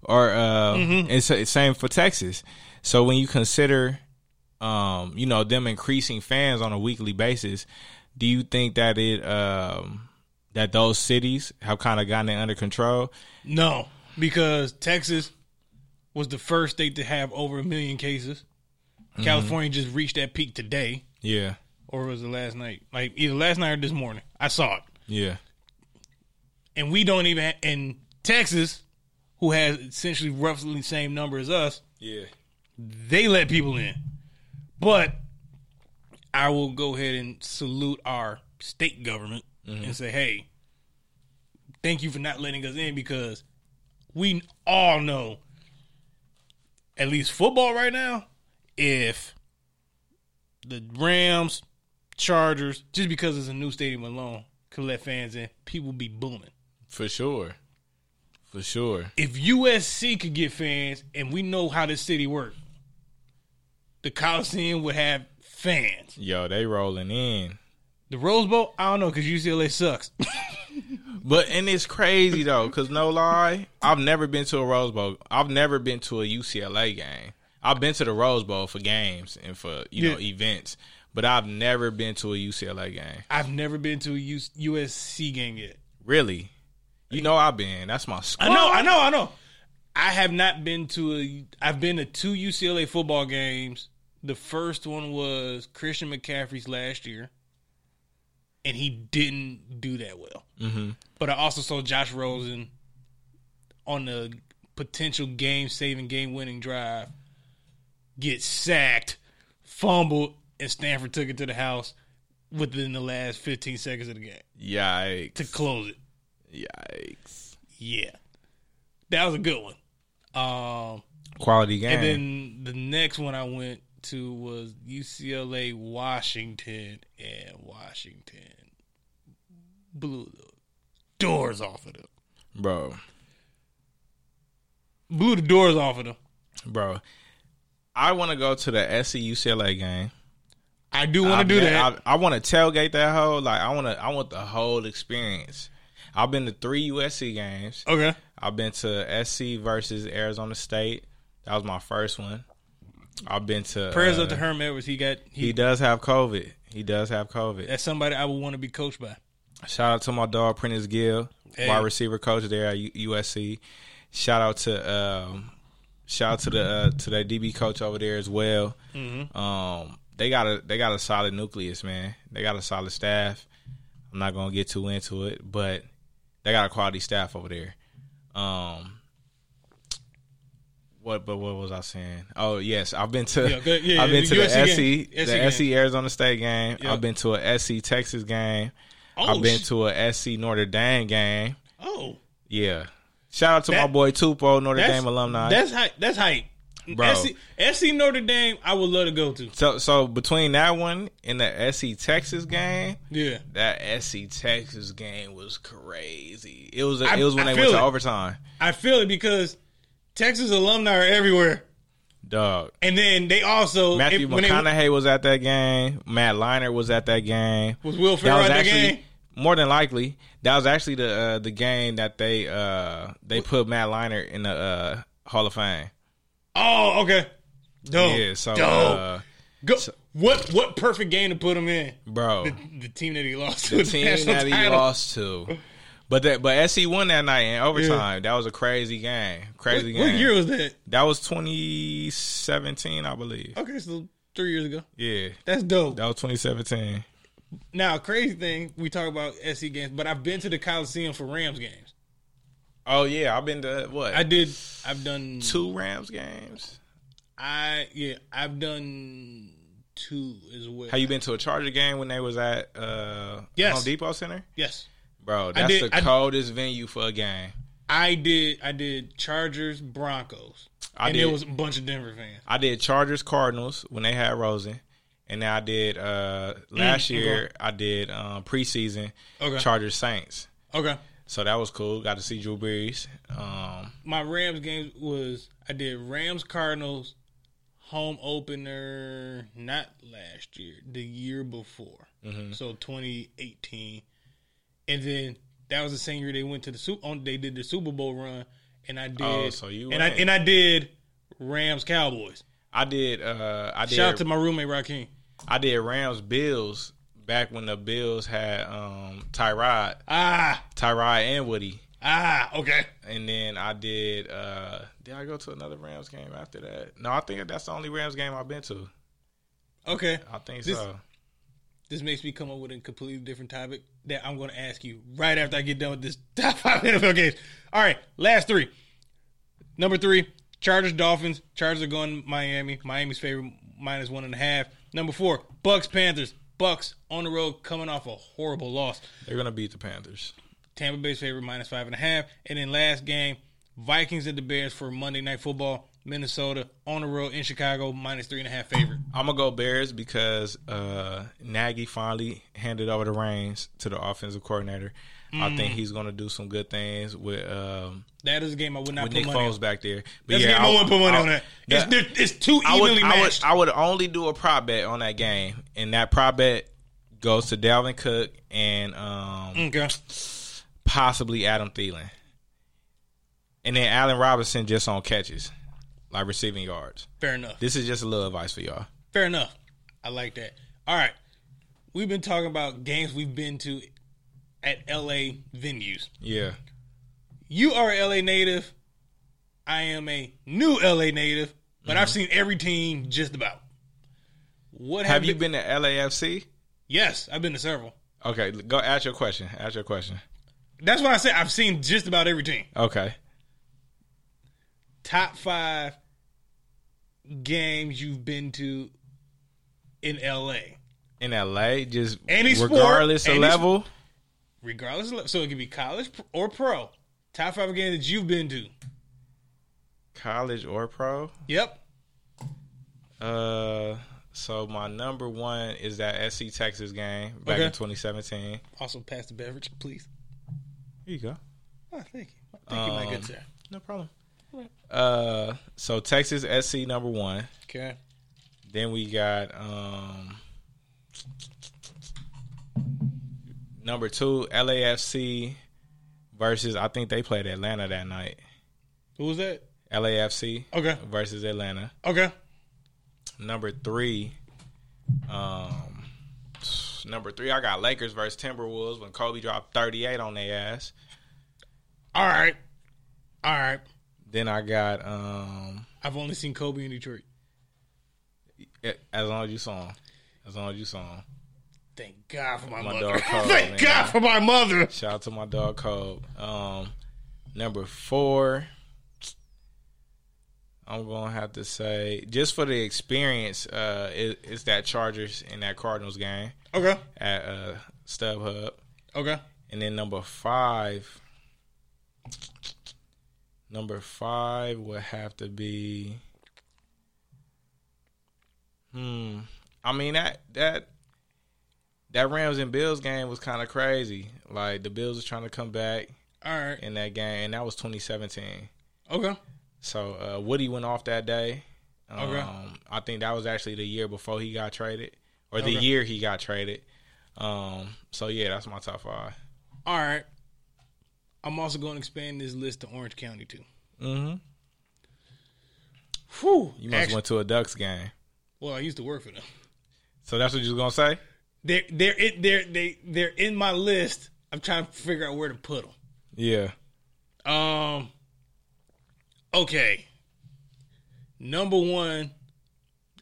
Speaker 2: or uh, and sa- same for Texas. So when you consider, um, you know, them increasing fans on a weekly basis, do you think that it um, that those cities have kind of gotten it under control?
Speaker 1: No, because Texas was the first state to have over a million cases. California just reached that peak today,
Speaker 2: Yeah,
Speaker 1: or was it last night? Like either last night or this morning. I saw it,
Speaker 2: yeah.
Speaker 1: and we don't even. Ha- and Texas, who has essentially roughly the same number as us,
Speaker 2: Yeah.
Speaker 1: they let people in. But I will go ahead and salute our state government and say, hey, thank you for not letting us in because we all know, at least football right now, if the Rams, Chargers, just because it's a new stadium alone, could let fans in, people be booming.
Speaker 2: For sure. For sure.
Speaker 1: if USC could get fans, and we know how this city works, the Coliseum would have fans.
Speaker 2: Yo, they rolling in.
Speaker 1: The Rose Bowl, I don't know, because UCLA sucks.
Speaker 2: But and it's crazy though, cause no lie, I've never been to a Rose Bowl. I've never been to a UCLA game. I've been to the Rose Bowl for games and for you know
Speaker 1: Yeah.
Speaker 2: events, but I've never been to a UCLA game.
Speaker 1: I've never been to a U- USC game yet.
Speaker 2: Really, you know I've been. That's my squad.
Speaker 1: I know, I know, I know. I have not been to a. I've been to two UCLA football games. The first one was Christian McCaffrey's last year, and he didn't do that well.
Speaker 2: Mm-hmm.
Speaker 1: But I also saw Josh Rosen on the potential game saving, game winning drive get sacked, fumbled, and Stanford took it to the house within the last 15 seconds of the game
Speaker 2: Yikes!
Speaker 1: to close it.
Speaker 2: Yikes!
Speaker 1: Yeah. That was a good one. Um,
Speaker 2: Quality game.
Speaker 1: and then the next one I went to was UCLA Washington, and Washington blew the doors off of them.
Speaker 2: bro,
Speaker 1: Blew the doors off of them.
Speaker 2: bro, I want to go to the SC UCLA game.
Speaker 1: I do want to do
Speaker 2: I've ne-
Speaker 1: that.
Speaker 2: I, I want to tailgate that whole. Like I want to. I want the whole experience. I've been to three USC games.
Speaker 1: okay.
Speaker 2: I've been to SC versus Arizona State. That was my first one. I've been to.
Speaker 1: Prayers
Speaker 2: uh,
Speaker 1: up to Herm Edwards. He got he,
Speaker 2: He does have COVID. He does have COVID.
Speaker 1: that's somebody I would want to be coached by.
Speaker 2: Shout out to my dog Prentice Gill,
Speaker 1: Hey.
Speaker 2: wide receiver coach there at U- USC. Shout out to um, Shout out to the uh, to that DB coach over there as well.
Speaker 1: mm-hmm.
Speaker 2: Um, they got a they got a solid nucleus, man. They got a solid staff. I'm not gonna get too into it, but they got a quality staff over there. Um, what? But what was I saying? Oh yes, I've been to
Speaker 1: Yeah, good- yeah,
Speaker 2: I've been
Speaker 1: the
Speaker 2: to the
Speaker 1: USC
Speaker 2: SE
Speaker 1: game. SE
Speaker 2: the
Speaker 1: game.
Speaker 2: SE Arizona State game.
Speaker 1: Yeah.
Speaker 2: I've been to a SE Texas game.
Speaker 1: Oh,
Speaker 2: I've been
Speaker 1: sh-
Speaker 2: to a SC Notre Dame game.
Speaker 1: oh,
Speaker 2: Yeah. Shout out to my
Speaker 1: That-
Speaker 2: boy Tupo, Notre
Speaker 1: that's,
Speaker 2: Dame alumni.
Speaker 1: That's hype. That's hype.
Speaker 2: Bro.
Speaker 1: SC, SC Notre Dame, I would love to go to.
Speaker 2: so so between that one and the SC Texas game,
Speaker 1: Yeah,
Speaker 2: that SC Texas game was crazy. It was
Speaker 1: I-
Speaker 2: it was when
Speaker 1: I
Speaker 2: they went
Speaker 1: feel
Speaker 2: to
Speaker 1: it.
Speaker 2: overtime.
Speaker 1: I feel it because Texas alumni are everywhere,
Speaker 2: Dog.
Speaker 1: and then they also
Speaker 2: Matthew
Speaker 1: if- when they-
Speaker 2: McConaughey was at that game. Matt Liner was at that game.
Speaker 1: was Will Ferrell at that game.
Speaker 2: more than likely that was actually the uh, the game that they uh, they put Matt Liner in the uh, Hall of Fame.
Speaker 1: Oh, okay. Dope.
Speaker 2: Yeah, so
Speaker 1: Oh, Dope.
Speaker 2: uh,
Speaker 1: Go, what what perfect game to put him in?
Speaker 2: bro,
Speaker 1: The team that he lost to
Speaker 2: the team
Speaker 1: national
Speaker 2: that he
Speaker 1: title.
Speaker 2: lost to. But that but SC won that night in overtime. That was a crazy game.
Speaker 1: What,
Speaker 2: Crazy game.
Speaker 1: what year was that?
Speaker 2: That was 2017, I believe.
Speaker 1: Okay, so three years ago.
Speaker 2: Yeah.
Speaker 1: That's dope.
Speaker 2: That was 2017.
Speaker 1: Now, crazy thing, we talk about SC games, but I've been to the Coliseum for Rams games.
Speaker 2: Oh yeah, I've been to what?
Speaker 1: I did. I've done.
Speaker 2: two Rams games.
Speaker 1: I yeah. I've done two as well.
Speaker 2: Have you been to a Charger game when they was at uh
Speaker 1: Yes.
Speaker 2: Home Depot Center?
Speaker 1: yes,
Speaker 2: Bro, that's
Speaker 1: did-
Speaker 2: the
Speaker 1: I-
Speaker 2: coldest venue for a game.
Speaker 1: I did. I did Chargers Broncos,
Speaker 2: I
Speaker 1: and
Speaker 2: did
Speaker 1: there was a bunch of Denver fans.
Speaker 2: I did Chargers Cardinals when they had Rosen. And then I did uh last
Speaker 1: Mm, okay.
Speaker 2: year I did um preseason
Speaker 1: Okay.
Speaker 2: Chargers Saints.
Speaker 1: Okay,
Speaker 2: So that was cool. Got to see Drew Brees. Um,
Speaker 1: my Rams games was I did Rams Cardinals home opener not last year, the year before,
Speaker 2: Mm-hmm.
Speaker 1: so 2018, and then that was the same year they went to the Super. On they did the Super Bowl run, and I did.
Speaker 2: Oh, so you
Speaker 1: and I
Speaker 2: went.
Speaker 1: and I did Rams Cowboys.
Speaker 2: I did. Uh, I did.
Speaker 1: Shout out to my roommate Raheem.
Speaker 2: I did Rams Bills back when the Bills had um, Tyrod,
Speaker 1: Ah,
Speaker 2: Tyrod and Woody,
Speaker 1: ah, okay.
Speaker 2: and then I did. Uh, did I go to another Rams game after that? No, I think that's the only Rams game I've been to.
Speaker 1: Okay,
Speaker 2: I think
Speaker 1: This-
Speaker 2: so.
Speaker 1: this makes me come up with a completely different topic that I'm going to ask you right after I get done with this top five NFL games. All right, last three. Number three, Chargers Dolphins. Chargers are going to Miami. Miami's favorite minus one and a half. Number four, Bucks Panthers. Bucks on the road coming off a horrible loss.
Speaker 2: They're gonna beat the Panthers.
Speaker 1: Tampa Bay's favorite minus five and a half. And then last game, Vikings at the Bears for Monday Night Football. Minnesota on the road in Chicago minus three and a half favorite.
Speaker 2: I'm gonna go Bears because uh, Nagy finally handed over the reins to the offensive coordinator. I
Speaker 1: Mm.
Speaker 2: think he's gonna do some good things with um,
Speaker 1: That is a game I would not
Speaker 2: with
Speaker 1: put
Speaker 2: Nick
Speaker 1: money on.
Speaker 2: Foles back there. But
Speaker 1: That's a game I, wouldn't put money
Speaker 2: I-
Speaker 1: on that.
Speaker 2: yeah.
Speaker 1: It's, they're- it's too
Speaker 2: I would,
Speaker 1: evenly
Speaker 2: I would,
Speaker 1: matched.
Speaker 2: I would only do a prop bet on that game, and that prop bet goes to Dalvin Cook and um,
Speaker 1: okay.
Speaker 2: possibly Adam Thielen, and then Allen Robinson just on catches, like receiving yards.
Speaker 1: Fair enough.
Speaker 2: This is just a little advice for y'all.
Speaker 1: Fair enough. I like that. All right. We've been talking about games we've been to at LA venues.
Speaker 2: Yeah,
Speaker 1: You are a LA native. I am a new LA native, but
Speaker 2: Mm-hmm.
Speaker 1: I've seen every team just about. What have,
Speaker 2: have you been to LAFC?
Speaker 1: Yes, I've been to several.
Speaker 2: Okay, go ask your question. Ask your question.
Speaker 1: That's why I said I've seen just about every team.
Speaker 2: Okay,
Speaker 1: Top five games you've been to in LA.
Speaker 2: in LA, just
Speaker 1: Any sport,
Speaker 2: regardless of
Speaker 1: any
Speaker 2: level.
Speaker 1: regardless of so it could be college or pro top five games that you've been to
Speaker 2: College or pro?
Speaker 1: yep
Speaker 2: Uh, so my number one is that SC Texas game back
Speaker 1: Okay.
Speaker 2: in 2017.
Speaker 1: also pass the beverage please
Speaker 2: Here you go.
Speaker 1: oh, thank you thank you my good sir
Speaker 2: No problem. Uh, so Texas SC number one.
Speaker 1: okay
Speaker 2: Then we got um number two LAFC versus I think they played Atlanta that night.
Speaker 1: who was that
Speaker 2: LAFC
Speaker 1: okay
Speaker 2: versus Atlanta.
Speaker 1: okay
Speaker 2: Number three, um, number three, I got Lakers versus Timberwolves when Kobe dropped 38 on their ass.
Speaker 1: all right all right
Speaker 2: Then I got um
Speaker 1: I've only seen Kobe in Detroit.
Speaker 2: as long as you saw him. As long as you saw him.
Speaker 1: Thank God for my,
Speaker 2: My
Speaker 1: mother.
Speaker 2: dog called,
Speaker 1: Thank
Speaker 2: man.
Speaker 1: God for my mother.
Speaker 2: Shout out to my dog Cole. Um, number four, I'm gonna have to say just for the experience, uh, it, it's that Chargers and that Cardinals game
Speaker 1: Okay.
Speaker 2: at uh, StubHub,
Speaker 1: Okay.
Speaker 2: and then number five, number five would have to be, hmm, I mean that that that Rams and Bills game was kind of crazy. Like the Bills was trying to come back
Speaker 1: All right.
Speaker 2: in that game, and that was 2017.
Speaker 1: Okay.
Speaker 2: So uh, Woody went off that day. Um,
Speaker 1: Okay.
Speaker 2: I think that was actually the year before he got traded, or the
Speaker 1: Okay.
Speaker 2: year he got traded. Um, so yeah, that's my top five.
Speaker 1: All right. I'm also going to expand this list to Orange County too.
Speaker 2: Mm-hmm.
Speaker 1: Whew.
Speaker 2: You must
Speaker 1: Actu-
Speaker 2: went to a Ducks game.
Speaker 1: well, I used to work for them.
Speaker 2: So that's what you was gonna say?
Speaker 1: They're they're in, they're they they're in my list. I'm trying to figure out where to put them.
Speaker 2: Yeah.
Speaker 1: Um. Okay. Number one,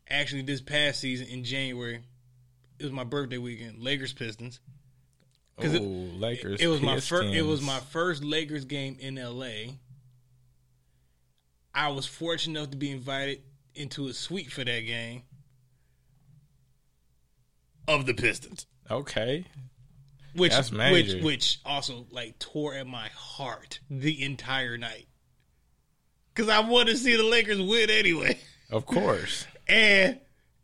Speaker 1: actually, this past season in January, it was my birthday weekend. Lakers Pistons.
Speaker 2: Oh,
Speaker 1: 'Cause it-
Speaker 2: Lakers.
Speaker 1: It was my first.
Speaker 2: Pistons.
Speaker 1: It was my first Lakers game in L.A. I was fortunate enough to be invited into a suite for that game of the Pistons,
Speaker 2: okay.
Speaker 1: which
Speaker 2: That's
Speaker 1: which
Speaker 2: major.
Speaker 1: which also like tore at my heart the entire night because I wanted to see the Lakers win anyway,
Speaker 2: Of course.
Speaker 1: and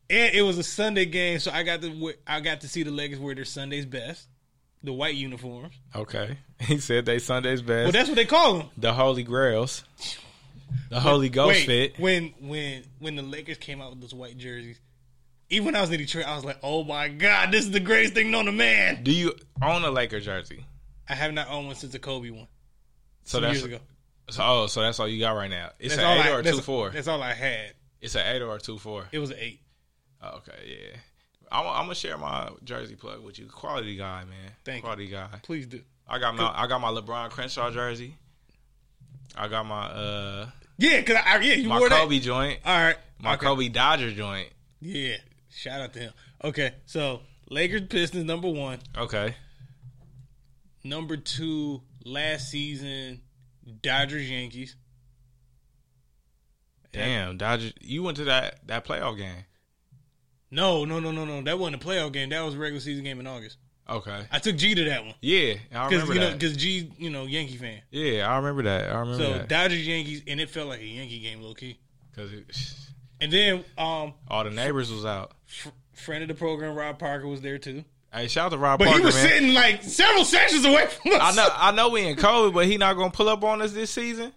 Speaker 1: and it was a Sunday game, so I got to we- I got to see the Lakers wear their Sunday's best, the white uniforms.
Speaker 2: Okay. He said they Sunday's best.
Speaker 1: Well, that's what they call them.
Speaker 2: the Holy Grails. The Holy Ghost fit.
Speaker 1: When when when the Lakers came out with those white jerseys, even when I was in Detroit, I was like, "Oh my god, this is the greatest thing known to man."
Speaker 2: Do you own a Laker jersey?
Speaker 1: I have not owned one since the Kobe one
Speaker 2: So
Speaker 1: two
Speaker 2: that's
Speaker 1: years ago.
Speaker 2: So, oh, so that's all you got right now. It's
Speaker 1: That's
Speaker 2: an
Speaker 1: all
Speaker 2: eight
Speaker 1: I,
Speaker 2: or a
Speaker 1: that's,
Speaker 2: two four.
Speaker 1: That's all I had.
Speaker 2: It's an eight or a two four.
Speaker 1: It was an eight.
Speaker 2: Oh, okay, yeah. I'm, I'm gonna share my jersey plug with you. Quality guy, man.
Speaker 1: Thank you.
Speaker 2: Quality guy.
Speaker 1: Please do.
Speaker 2: I got my I got my LeBron Crenshaw jersey. I got my uh
Speaker 1: Yeah, cause I, I- yeah you
Speaker 2: my
Speaker 1: wore
Speaker 2: Kobe joint.
Speaker 1: that. All right,
Speaker 2: My
Speaker 1: Okay.
Speaker 2: Kobe Dodger joint.
Speaker 1: Yeah, shout out to him. Okay, so Lakers Pistons number one,
Speaker 2: Okay.
Speaker 1: number two last season Dodgers Yankees.
Speaker 2: Damn, Dodger. You went to that that playoff game.
Speaker 1: No, no, no, no, no. That wasn't a playoff game. That was a regular season game in August.
Speaker 2: Okay.
Speaker 1: I took G to that one.
Speaker 2: Yeah, I
Speaker 1: Because
Speaker 2: remember
Speaker 1: you know,
Speaker 2: that.
Speaker 1: because G, you know, Yankee fan.
Speaker 2: yeah, I remember that. I remember
Speaker 1: So
Speaker 2: that.
Speaker 1: Dodgers Yankees, and it felt like a Yankee game, low key.
Speaker 2: 'Cause it-
Speaker 1: And then, um,
Speaker 2: all the neighbors was out.
Speaker 1: fr- friend of the program, Rob Parker was there too,
Speaker 2: Hey, shout out to Rob
Speaker 1: but
Speaker 2: Parker,
Speaker 1: he was
Speaker 2: man.
Speaker 1: sitting like several sections away from us.
Speaker 2: I know, I know, we in COVID, but he not gonna pull up on us this season.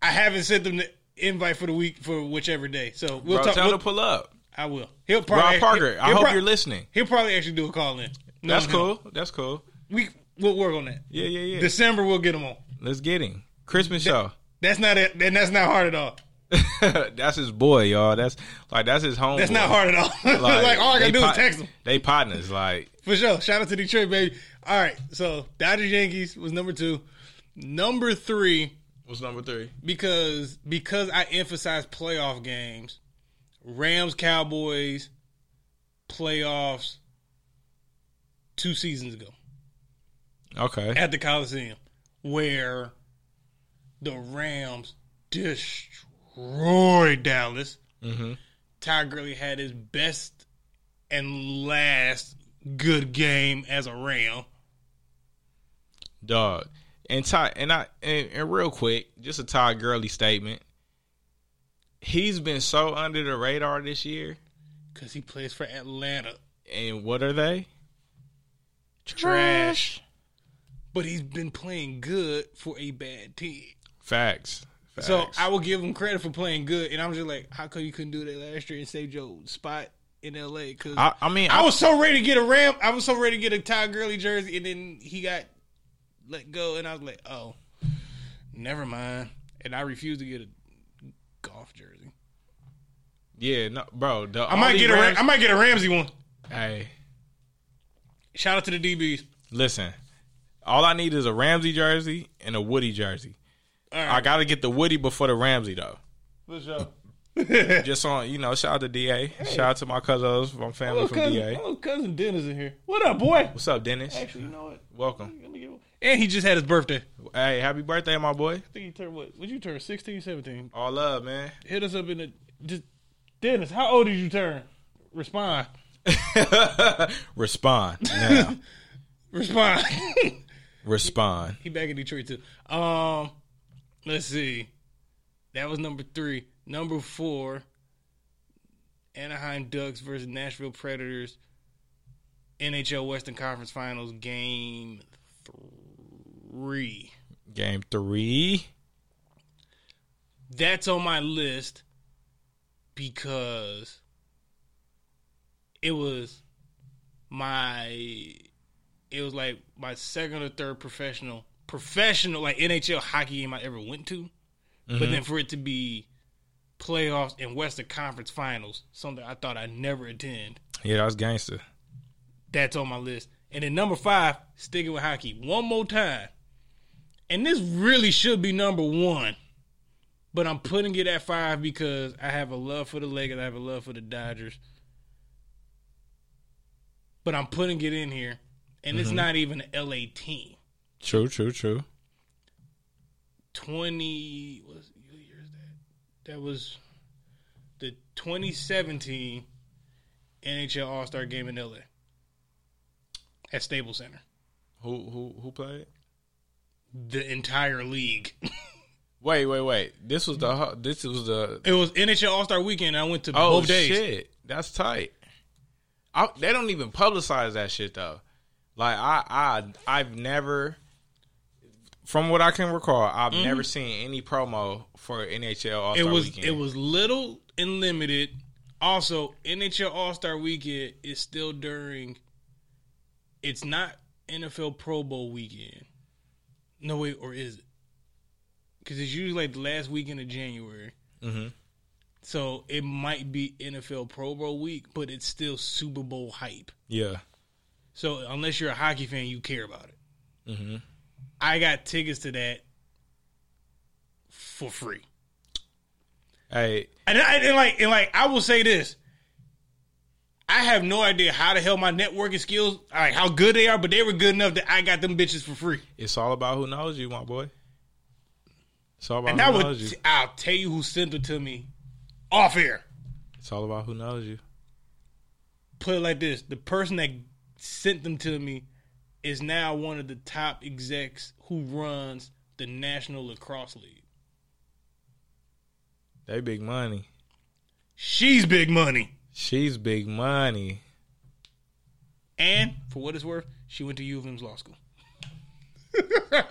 Speaker 1: I haven't sent them the invite for the week for whichever day. So we'll
Speaker 2: Bro,
Speaker 1: talk.
Speaker 2: tell him
Speaker 1: we'll-
Speaker 2: to pull up.
Speaker 1: I will. He'll probably
Speaker 2: Rob Parker,
Speaker 1: he'll-
Speaker 2: I
Speaker 1: he'll
Speaker 2: hope
Speaker 1: prob-
Speaker 2: you're listening.
Speaker 1: He'll probably actually do a call in. No,
Speaker 2: That's
Speaker 1: no.
Speaker 2: cool. That's cool.
Speaker 1: We we'll work on that.
Speaker 2: Yeah, yeah, yeah.
Speaker 1: December we'll get them on.
Speaker 2: Let's get him. Christmas show.
Speaker 1: That's not it. And that's not hard at all.
Speaker 2: that's his boy, y'all. That's like that's his home.
Speaker 1: That's not hard at all. like, all I gotta
Speaker 2: they
Speaker 1: do is
Speaker 2: pot-
Speaker 1: text them.
Speaker 2: They partners. Like
Speaker 1: For sure. Shout out to Detroit, baby. All right. So Dodgers Yankees was number two. Number three,
Speaker 2: what's number three?
Speaker 1: because because I emphasize playoff games, Rams Cowboys playoffs two seasons ago
Speaker 2: Okay.
Speaker 1: at the Coliseum, where the Rams destroyed Dallas.
Speaker 2: Mm-hmm.
Speaker 1: Ty Gurley had his best and last good game as a Ram.
Speaker 2: Dog. And Ty and I and, and real quick, just a Todd Gurley statement. He's been so under the radar this year.
Speaker 1: Cause he plays for Atlanta.
Speaker 2: And what are they?
Speaker 1: Trash. But he's been playing good for a bad team.
Speaker 2: Facts. Facts.
Speaker 1: So I will give him credit for playing good. And I'm just like, how come you couldn't do that last year and save your spot in LA? Cause I,
Speaker 2: I, I mean, I was
Speaker 1: was so ready to get a Ram. I was so ready to get a Todd Gurley jersey. And then he got let go. And I was like, oh, never mind. And I refused to get a golf jersey.
Speaker 2: yeah, no, bro. The
Speaker 1: I might
Speaker 2: only
Speaker 1: get a Ram-
Speaker 2: Rams-
Speaker 1: I might get a Ramsey one.
Speaker 2: hey,
Speaker 1: Shout out to the DBs.
Speaker 2: listen. All I need is a Ramsey jersey and a Woody jersey.
Speaker 1: All
Speaker 2: I
Speaker 1: right.
Speaker 2: gotta get the Woody before the Ramsey though.
Speaker 1: For sure.
Speaker 2: Just on, you know, shout out to DA. Shout out to my cousins from family
Speaker 1: Hello,
Speaker 2: from
Speaker 1: Oh, cousin,
Speaker 2: DA.
Speaker 1: hello, cousin Dennis in here. What up, boy?
Speaker 2: What's up, Dennis?
Speaker 1: Actually, you know what?
Speaker 2: Welcome.
Speaker 1: Let me get one. And he just had his birthday. I
Speaker 2: Hey, happy birthday, my boy.
Speaker 1: think he turned what? Would you turn 16, 17?
Speaker 2: All love, man.
Speaker 1: Hit us up in the. Just, Dennis, how old did you turn? Respond.
Speaker 2: Respond now.
Speaker 1: Respond.
Speaker 2: Respond.
Speaker 1: he back in Detroit too. Um, let's see. That was number three. Number four. Anaheim Ducks versus Nashville Predators. NHL Western Conference Finals game three.
Speaker 2: Game three.
Speaker 1: that's on my list because it was my it was like my second or third professional professional like NHL hockey game I ever went to. But then for it to be playoffs and Western Conference Finals, something I thought I'd never attend,
Speaker 2: Yeah, that was gangster.
Speaker 1: that's on my list. And then number five, sticking with hockey one more time. And this really should be number one, but I'm putting it at five because I have a love for the Lakers, I have a love for the Dodgers. But I'm putting it in here, and it's not even an LA team.
Speaker 2: True, true, true.
Speaker 1: 20 what was what year is that? That was the 2017 NHL All Star Game in LA at Staples Center.
Speaker 2: Who who who played?
Speaker 1: the entire league.
Speaker 2: Wait, wait, wait. This was the hu- this was the
Speaker 1: It was NHL All Star Weekend. and I went to
Speaker 2: oh
Speaker 1: both days.
Speaker 2: shit. That's tight. I, they don't even publicize that shit though. Like I I I've never, from what I can recall, I've never seen any promo for NHL All
Speaker 1: Mm-hmm. It
Speaker 2: Star
Speaker 1: was
Speaker 2: Weekend.
Speaker 1: it was little and limited. Also, NHL All Star Weekend is still during. It's not NFL Pro Bowl weekend. No wait, or is it? Because it's usually like the last weekend of January.
Speaker 2: Mhm.
Speaker 1: So it might be NFL Pro Bowl week, but it's still Super Bowl hype.
Speaker 2: yeah.
Speaker 1: So unless you're a hockey fan, you care about it.
Speaker 2: Mm-hmm.
Speaker 1: I got tickets to that for free.
Speaker 2: Hey,
Speaker 1: And, I, and like and like I will say this. I have no idea how the hell my networking skills, like how good they are, but they were good enough that I got them bitches for free.
Speaker 2: it's all about who knows you, my boy. It's all about
Speaker 1: And
Speaker 2: who
Speaker 1: I
Speaker 2: knows you.
Speaker 1: would, I'll tell you who sent them to me off air.
Speaker 2: It's all about who knows you.
Speaker 1: Put it like this: the person that sent them to me is now one of the top execs who runs the National Lacrosse League.
Speaker 2: They big money.
Speaker 1: She's big money.
Speaker 2: She's big money.
Speaker 1: And for what it's worth, she went to U of M's law school.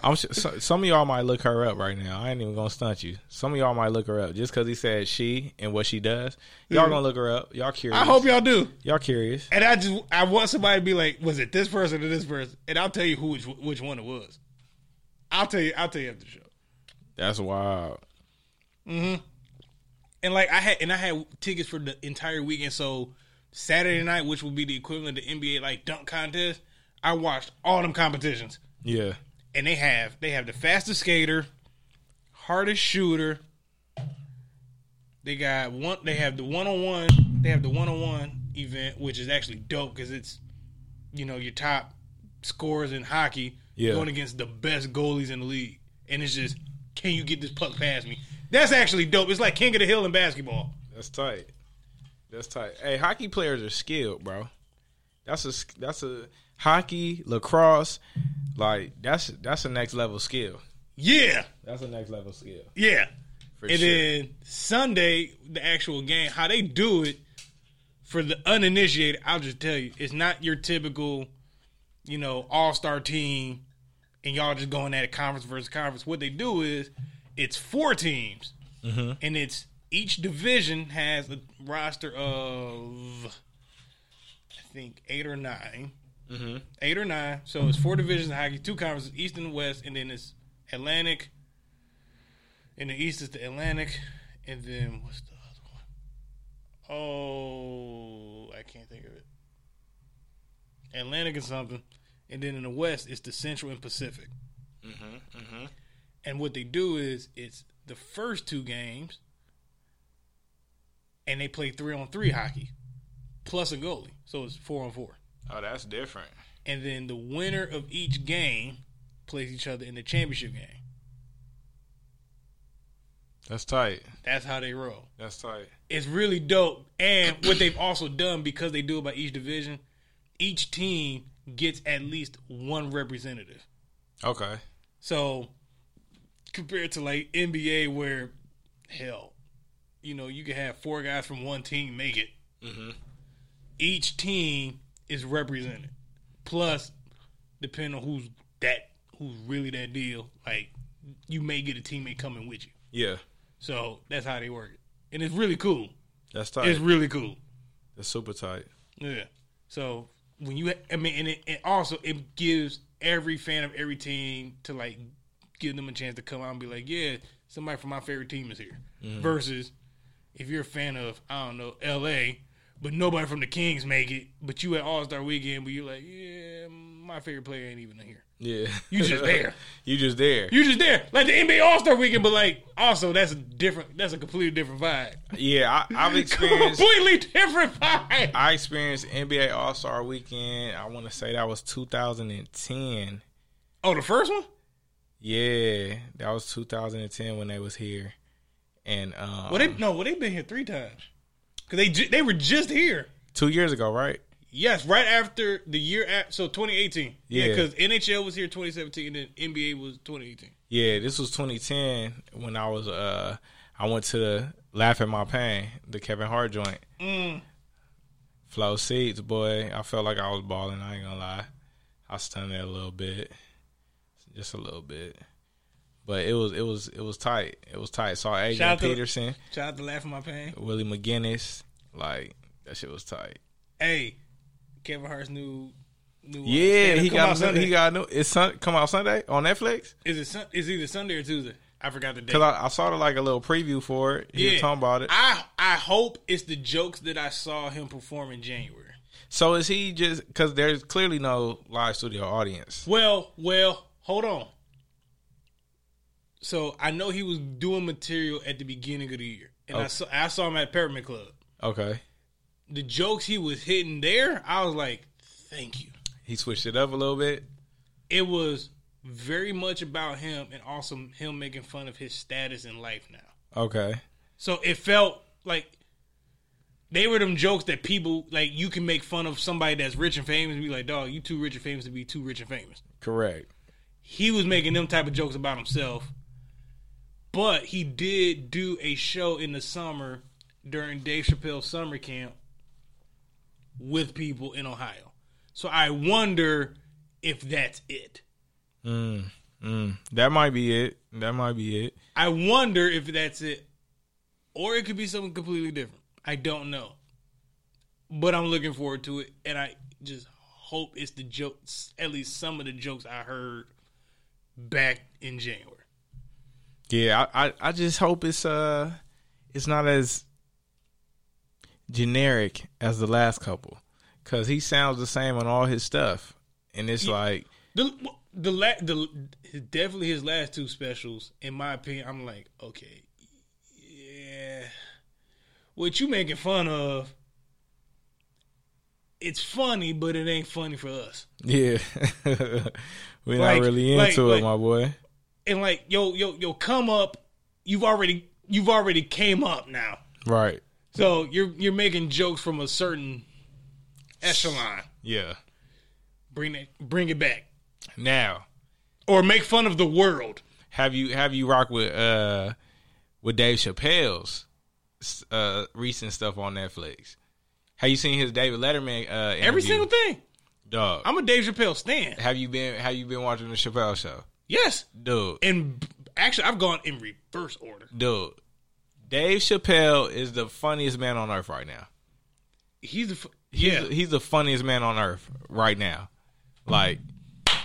Speaker 2: I'm sure, so, some of y'all might look her up right now. I ain't even gonna stunt you. Some of y'all might look her up just because he said she and what she does. Y'all gonna look her up. Y'all curious.
Speaker 1: Mm-hmm. I hope y'all do.
Speaker 2: y'all curious.
Speaker 1: And I just I want somebody to be like, was it this person or this person? And I'll tell you who which, which one it was. I'll tell you. I'll tell you after the show.
Speaker 2: That's wild.
Speaker 1: And like I had and I had tickets for the entire weekend. So Saturday night, which would be the equivalent of the NBA like dunk contest, I watched all them competitions.
Speaker 2: Yeah.
Speaker 1: And they have they have the fastest skater, hardest shooter. They got one. They have the one on one. They have the one on one event, which is actually dope because it's, you know, your top scorers in hockey
Speaker 2: Yeah.
Speaker 1: going against the best goalies in the league, and it's just, can you get this puck past me? That's actually dope. It's like King of the Hill in basketball.
Speaker 2: That's tight. That's tight. Hey, hockey players are skilled, bro. That's a sk- that's a hockey lacrosse. Like that's that's a next level skill.
Speaker 1: Yeah,
Speaker 2: That's a next level skill.
Speaker 1: yeah.
Speaker 2: For
Speaker 1: And then Sunday, the actual game, how they do it for the uninitiated, I'll just tell you, it's not your typical, you know, all star team and y'all just going at a conference versus conference. What they do is it's four teams and it's each division has a roster of, I think, eight or 9 Eight or nine. So it's four divisions in hockey, two conferences, East and West, and then it's Atlantic. In the East is the Atlantic, and then what's the other one? Oh, I can't think of it. Atlantic and something, and then in the West it's the Central and Pacific. And what they do is it's the first two games, and they play three on three hockey, plus a goalie, so it's four on four.
Speaker 2: Oh, that's different.
Speaker 1: And then the winner of each game plays each other in the championship game.
Speaker 2: That's tight.
Speaker 1: That's how they roll.
Speaker 2: That's tight.
Speaker 1: It's really dope. And what they've also done because they do it by each division, each team gets at least one representative.
Speaker 2: Okay.
Speaker 1: So compared to like NBA where hell, you know, you can have four guys from one team make it.
Speaker 2: Mm-hmm.
Speaker 1: Each team is represented. Plus, depending on who's that who's really that deal, like you may get a teammate coming with you.
Speaker 2: Yeah.
Speaker 1: So that's how they work it. And it's really cool.
Speaker 2: That's
Speaker 1: It's
Speaker 2: tight.
Speaker 1: really cool.
Speaker 2: That's super tight.
Speaker 1: Yeah. So when you, I mean, and it and also it gives every fan of every team to like give them a chance to come out and be like, yeah, somebody from my favorite team is here. Versus if you're a fan of I don't know L.A. But nobody from the Kings make it. But you at All Star Weekend, but you're like, yeah, my favorite player ain't even here.
Speaker 2: Yeah.
Speaker 1: You just there.
Speaker 2: you just there.
Speaker 1: You just there, like the NBA All Star Weekend. But like, also that's a different, that's a completely different vibe.
Speaker 2: yeah, I, I've experienced.
Speaker 1: completely different vibe.
Speaker 2: I experienced NBA All Star Weekend. I want to say that was 2010.
Speaker 1: Oh, the first one.
Speaker 2: Yeah, that was 2010 when they was here, and um,
Speaker 1: Well, they no, well they've been here three times because they ju- they were just here.
Speaker 2: two years ago, right?
Speaker 1: Yes, right after the year after, so 2018. Yeah,
Speaker 2: Yeah.
Speaker 1: because NHL was here 2017 and then NBA was 2018.
Speaker 2: Yeah, this was 2010 when I was uh I went to the Laugh at My Pain, the Kevin Hart joint.
Speaker 1: Mm.
Speaker 2: Flow seats, boy. I felt like I was balling. I ain't gonna lie, I stunned it a little bit, just a little bit, but it was it was it was tight. It was tight. Saw
Speaker 1: Shout
Speaker 2: Adrian
Speaker 1: out to-
Speaker 2: Peterson,
Speaker 1: Shout out to Laugh at My Pain.
Speaker 2: Willie McGinnis, like that shit was tight.
Speaker 1: Hey, Kevin Hart's new new uh,
Speaker 2: Yeah,
Speaker 1: stand-up
Speaker 2: he
Speaker 1: come out
Speaker 2: got new,
Speaker 1: Sunday.
Speaker 2: he got new. It's sun, come out Sunday on Netflix.
Speaker 1: Is it sun, is either Sunday or Tuesday? I forgot the date.
Speaker 2: Cause I, I saw the, like a little preview for it. He was talking about it.
Speaker 1: I I hope it's the jokes that I saw him perform in January.
Speaker 2: So is he just because there's clearly no live studio audience?
Speaker 1: Well, well, hold on. So I know he was doing material at the beginning of the year, and I
Speaker 2: Okay.
Speaker 1: saw I saw him at Pyramid Club.
Speaker 2: Okay,
Speaker 1: The jokes he was hitting there, I was like, "Thank you."
Speaker 2: he switched it up a little bit.
Speaker 1: It was very much about him, and also him making fun of his status in life now.
Speaker 2: Okay,
Speaker 1: So it felt like they were them jokes that people like you can make fun of somebody that's rich and famous and be like, "Dog, you too rich and famous to be too rich and famous."
Speaker 2: correct.
Speaker 1: he was making them type of jokes about himself. But he did do a show in the summer during Dave Chappelle's summer camp with people in Ohio. So I wonder if that's it.
Speaker 2: Mm, mm. That might be it. That might be it.
Speaker 1: I wonder if that's it. Or it could be something completely different. I don't know. But I'm looking forward to it and I just hope it's the jokes at least some of the jokes I heard back in January.
Speaker 2: Yeah, I, I, I just hope it's uh it's not as generic as the last couple because he sounds the same on all his stuff, and it's like
Speaker 1: The the la- the his- definitely his last two specials, in my opinion, I'm like, okay, yeah, what you making fun of? It's funny, but it ain't funny for us.
Speaker 2: yeah, we're
Speaker 1: Like-
Speaker 2: not really
Speaker 1: like-
Speaker 2: into
Speaker 1: like-
Speaker 2: it, my boy.
Speaker 1: And like, yo, yo, yo, come up. You've already you've already came up now,
Speaker 2: Right?
Speaker 1: so you're you're making jokes from a certain echelon.
Speaker 2: Yeah.
Speaker 1: Bring it bring it back,
Speaker 2: Now,
Speaker 1: or make fun of the world.
Speaker 2: have you have you rocked with uh with Dave Chappelle's uh recent stuff on Netflix? Have you seen his David Letterman uh
Speaker 1: Every
Speaker 2: interview?
Speaker 1: single thing.
Speaker 2: dog?
Speaker 1: I'm a Dave Chappelle stan.
Speaker 2: have you been have you been watching the Chappelle show?
Speaker 1: Yes.
Speaker 2: Dude,
Speaker 1: And actually, I've gone in reverse order.
Speaker 2: dude. Dave Chappelle is the funniest man on earth right now.
Speaker 1: He's the f-
Speaker 2: He's-
Speaker 1: yeah.
Speaker 2: He's the funniest man on earth right now. Like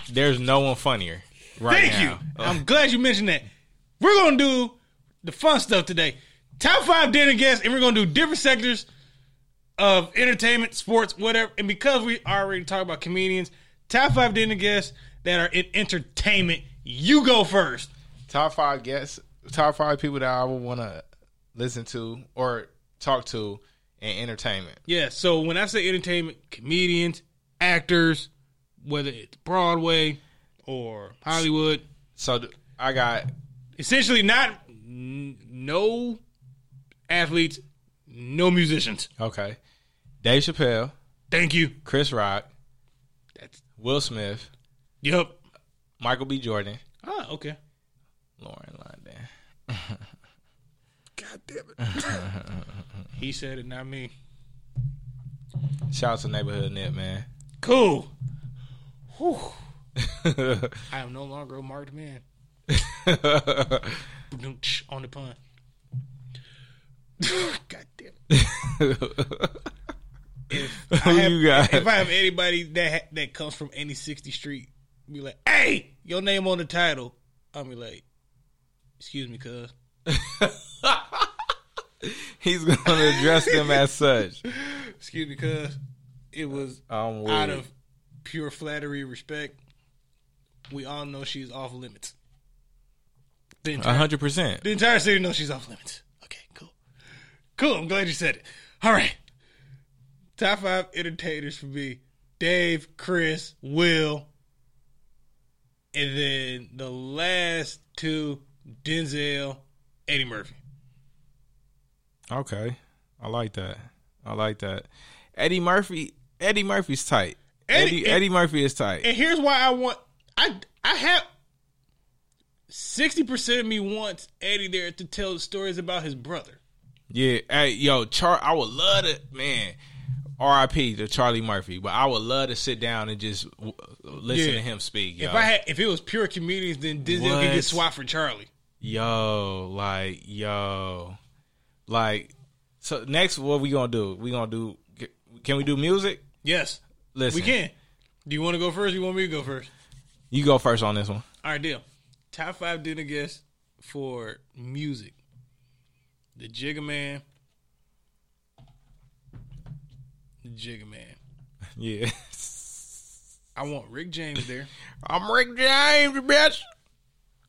Speaker 2: there's no one funnier right
Speaker 1: Thank
Speaker 2: now.
Speaker 1: you. I'm glad you mentioned that. We're gonna do the fun stuff today. Top five dinner guests, and we're gonna do different sectors of entertainment, sports, whatever. And because we already talked about comedians, top five dinner guests that are in entertainment. You go first.
Speaker 2: Top five guests. Top five people that I would want to listen to or talk to in entertainment.
Speaker 1: Yeah, so when I say entertainment, comedians, actors, whether it's Broadway or Hollywood,
Speaker 2: So th- I got
Speaker 1: essentially not n- no athletes, no musicians.
Speaker 2: okay, Dave Chappelle,
Speaker 1: Thank you.
Speaker 2: Chris Rock,
Speaker 1: That's
Speaker 2: Will Smith,
Speaker 1: yep.
Speaker 2: Michael B. Jordan,
Speaker 1: Ah, okay.
Speaker 2: Lauren London.
Speaker 1: God damn it. he said it, not me.
Speaker 2: Shout out to Neighborhood Nip, man.
Speaker 1: Cool. Whew. I am no longer a marked man. Ba-doom-tsh, On the pun. God damn. it. If
Speaker 2: Who you got?
Speaker 1: if I have anybody that ha- that comes from any 60th Street, be like, hey, your name on the title. I'll be like, excuse me, cuz.
Speaker 2: He's gonna address them as such.
Speaker 1: Excuse me, cuz. It was
Speaker 2: I'm weird.
Speaker 1: out of pure flattery, respect. We all know she's off limits. The
Speaker 2: A
Speaker 1: entire,
Speaker 2: hundred percent.
Speaker 1: the entire city knows she's off limits. Okay, cool. Cool, I'm glad you said it. All right. Top five entertainers for me Dave, Chris, Will, and then the last two Denzel, Eddie Murphy.
Speaker 2: Okay, I like that. I like that. Eddie Murphy. Eddie Murphy's tight.
Speaker 1: Eddie-
Speaker 2: Eddie Eddie Murphy is tight.
Speaker 1: And here's why I want I I have sixty percent of me wants Eddie there to tell stories about his brother.
Speaker 2: Yeah. Hey, yo, Char. I would love to, man. R.I.P. to Charlie Murphy, but I would love to sit down and just w- listen
Speaker 1: Yeah.
Speaker 2: to him speak. Yo.
Speaker 1: If I had if it was pure comedians, then Disney could get
Speaker 2: What?
Speaker 1: swapped for Charlie.
Speaker 2: yo, like, yo, like. So next, what we gonna do? We gonna do? Can we do music?
Speaker 1: Yes,
Speaker 2: Listen,
Speaker 1: we can. Do you want to go first? Or you want me to go first?
Speaker 2: You go first on this one.
Speaker 1: All right, deal. Top five dinner guests for music: the Jigga Man, the Jigga Man.
Speaker 2: Yeah.
Speaker 1: I want Rick James there.
Speaker 2: I'm Rick James, bitch.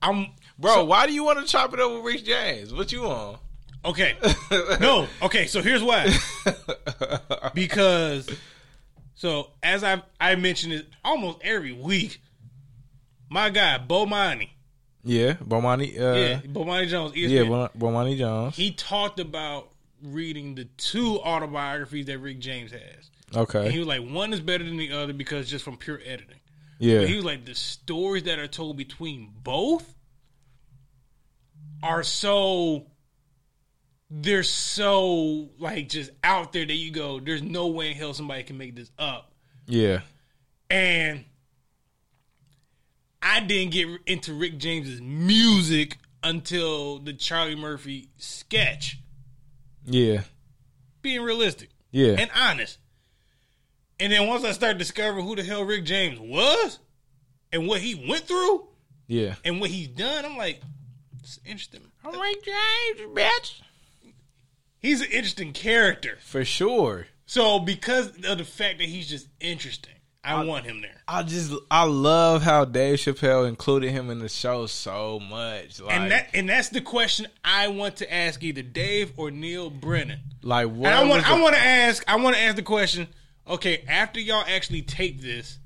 Speaker 1: I'm
Speaker 2: Bro, why do you want to chop it up with Rick James? What you on?
Speaker 1: okay. No, okay. So here's why. because so as I I mentioned it almost every week. My guy Bomani,
Speaker 2: yeah, Bomani. Uh,
Speaker 1: yeah,
Speaker 2: yeah,
Speaker 1: Bomani Jones, E ESPN,
Speaker 2: yeah, Bom- Bomani Jones.
Speaker 1: he talked about reading the two autobiographies that Rick James has. And he
Speaker 2: Okay.
Speaker 1: was like, one is better than the other because just from pure editing. But he
Speaker 2: Yeah.
Speaker 1: was like, the stories that are told between both are so they're so like just out there that you go, there's no way in hell somebody can make this up.
Speaker 2: Yeah.
Speaker 1: and I didn't get into Rick James's music until the Charlie Murphy sketch.
Speaker 2: Yeah.
Speaker 1: Being realistic
Speaker 2: Yeah.
Speaker 1: and honest, and then once I started discovering who the hell Rick James was and what he went through
Speaker 2: yeah.
Speaker 1: and what he's done, I'm like, it's interesting.
Speaker 2: I'm Rick James, bitch.
Speaker 1: He's an interesting character.
Speaker 2: For sure.
Speaker 1: So because of the fact that he's just interesting, I want him there.
Speaker 2: I just I love how Dave Chappelle included him in the show so much. Like,
Speaker 1: And that and that's the question I want to ask either Dave or Neil Brennan.
Speaker 2: like what?
Speaker 1: And I
Speaker 2: was
Speaker 1: want
Speaker 2: the-
Speaker 1: I want to ask I want to ask the question. Okay, after y'all actually tape this,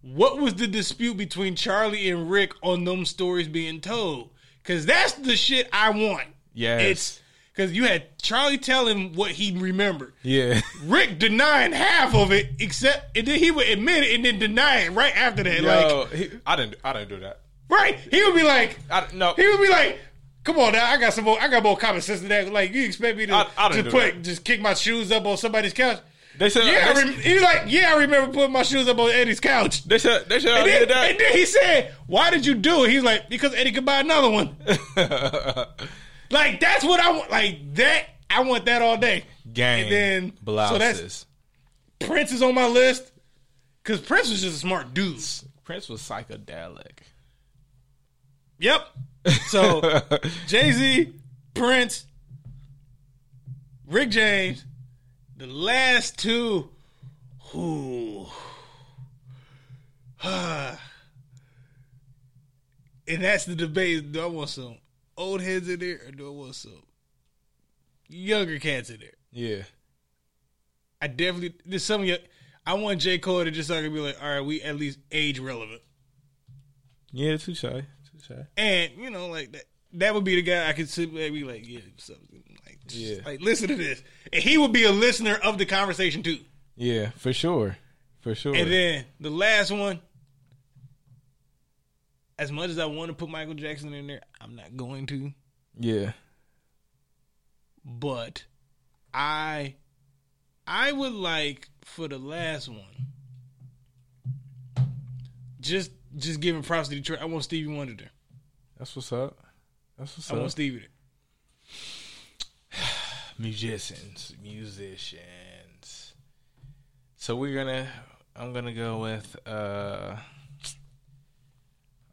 Speaker 1: what was the dispute between Charlie and Rick on them stories being told? Because that's the shit I want.
Speaker 2: Yes.
Speaker 1: It's because you had Charlie telling what he remembered,
Speaker 2: yeah.
Speaker 1: Rick denying half of it, except and then he would admit it and then deny it right after that.
Speaker 2: Yo,
Speaker 1: Like
Speaker 2: he, I didn't. I didn't do that.
Speaker 1: right, he would be like,
Speaker 2: I, no.
Speaker 1: he would be like, "Come on, now I got some more. I got more common sense than that. Like you expect me to,
Speaker 2: I- I done
Speaker 1: to
Speaker 2: do
Speaker 1: put
Speaker 2: that.
Speaker 1: just kick my shoes up on somebody's couch?
Speaker 2: They said.
Speaker 1: Yeah,
Speaker 2: they,
Speaker 1: I rem- he's like, yeah, I remember putting my shoes up on Eddie's couch.
Speaker 2: they said. They said. I
Speaker 1: And then,
Speaker 2: did that.
Speaker 1: and then he said, "Why did you do it?" He's like, "Because Eddie could buy another one." like that's what I want. Like that, I want that all day.
Speaker 2: Gang
Speaker 1: And then- so that's-
Speaker 2: blouses.
Speaker 1: Prince is on my list because Prince was just a smart dude.
Speaker 2: Prince was psychedelic.
Speaker 1: Yep. So Jay Z, Prince, Rick James, the last two. Ooh. and that's the debate. Do I want some old heads in there, or do I want some younger cats in there?
Speaker 2: Yeah.
Speaker 1: I definitely there's some of you. I want J Cole to just so I can be like, all right, we at least age relevant,
Speaker 2: Yeah, too shy. Too shy.
Speaker 1: and you know, like that. That would be the guy I could sit there and be like, yeah, what's up? Like, just,
Speaker 2: Yeah.
Speaker 1: like listen to this, and he would be a listener of the conversation too.
Speaker 2: Yeah, for sure. For sure.
Speaker 1: And then the last one. As much as I want to put Michael Jackson in there, I'm not going to.
Speaker 2: yeah.
Speaker 1: But I I would like for the last one. Just just giving props to Detroit. I want Stevie Wonder there.
Speaker 2: That's what's up. That's what's
Speaker 1: I want Stevie there.
Speaker 2: musicians, musicians. So we're gonna. I'm gonna go with. uh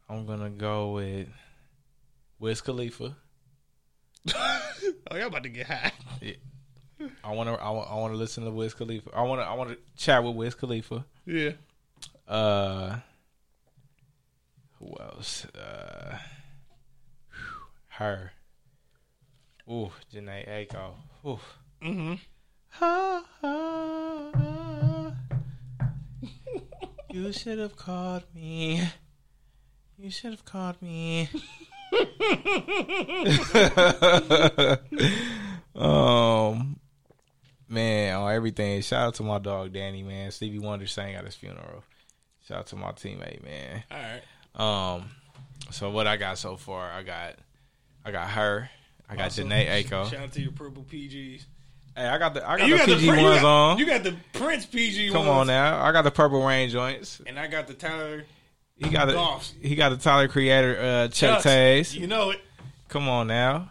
Speaker 2: I'm gonna go with Wiz Khalifa.
Speaker 1: oh, y'all about to get high.
Speaker 2: I wanna. I want. I wanna listen to Wiz Khalifa. I wanna. I wanna chat with Wiz Khalifa.
Speaker 1: Yeah.
Speaker 2: Uh, who else? Uh, whew, her. Ooh, Janae Aiko. Ooh.
Speaker 1: Mm-hmm.
Speaker 2: Ah, ah, ah. you should have called me. You should have called me. um, man, on everything. Shout out to my dog Danny, man. Stevie Wonder sang at his funeral. Shout out to my teammate, man.
Speaker 1: All right.
Speaker 2: Um, so what I got so far, I got, I got her. I got
Speaker 1: Also,
Speaker 2: Janae
Speaker 1: sh-
Speaker 2: Aiko.
Speaker 1: Shout out to your purple PGs.
Speaker 2: Hey, I got the I got
Speaker 1: And you
Speaker 2: the
Speaker 1: got the
Speaker 2: PG
Speaker 1: Prin- you
Speaker 2: ones
Speaker 1: got-
Speaker 2: on.
Speaker 1: You got the Prince PG
Speaker 2: Come
Speaker 1: ones.
Speaker 2: on now, I got the purple rain joints.
Speaker 1: And I got the Tyler
Speaker 2: He got a,
Speaker 1: Goffs.
Speaker 2: he got the Tyler Creator uh, check
Speaker 1: Chucks.
Speaker 2: tags.
Speaker 1: You know it.
Speaker 2: Come on now,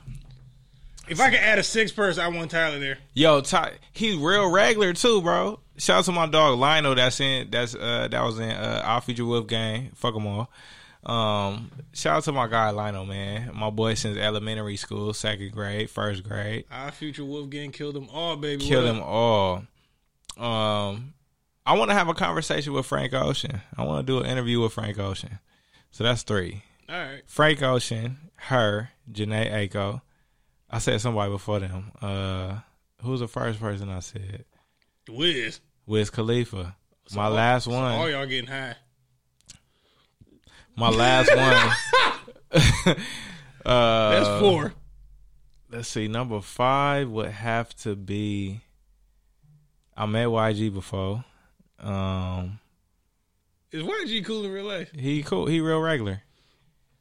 Speaker 1: If I could add a sixth person, I want Tyler there.
Speaker 2: yo, Ty, he's real regular too, bro. Shout out to my dog Lionel. That's in that's uh, that was in uh, I'll feed you Wolf Gang. Fuck them all. Um, shout out to my guy Lionel, man. My boy since elementary school, second grade, first grade.
Speaker 1: Our future Wolfgang killed them all, baby.
Speaker 2: kill
Speaker 1: What up?
Speaker 2: them all. Um, I want to have a conversation with Frank Ocean. I want to do an interview with Frank Ocean. So that's three:
Speaker 1: All right.
Speaker 2: Frank Ocean, her, Janae Aiko. I said somebody before them. Uh, who was the first person I said?
Speaker 1: Wiz.
Speaker 2: Wiz Khalifa. My
Speaker 1: all-
Speaker 2: last
Speaker 1: All
Speaker 2: one.
Speaker 1: y'all getting high.
Speaker 2: My last one. uh,
Speaker 1: That's four.
Speaker 2: let's see, number five would have to be. I met YG before. Um,
Speaker 1: Is YG cool in real life?
Speaker 2: He cool. He real regular.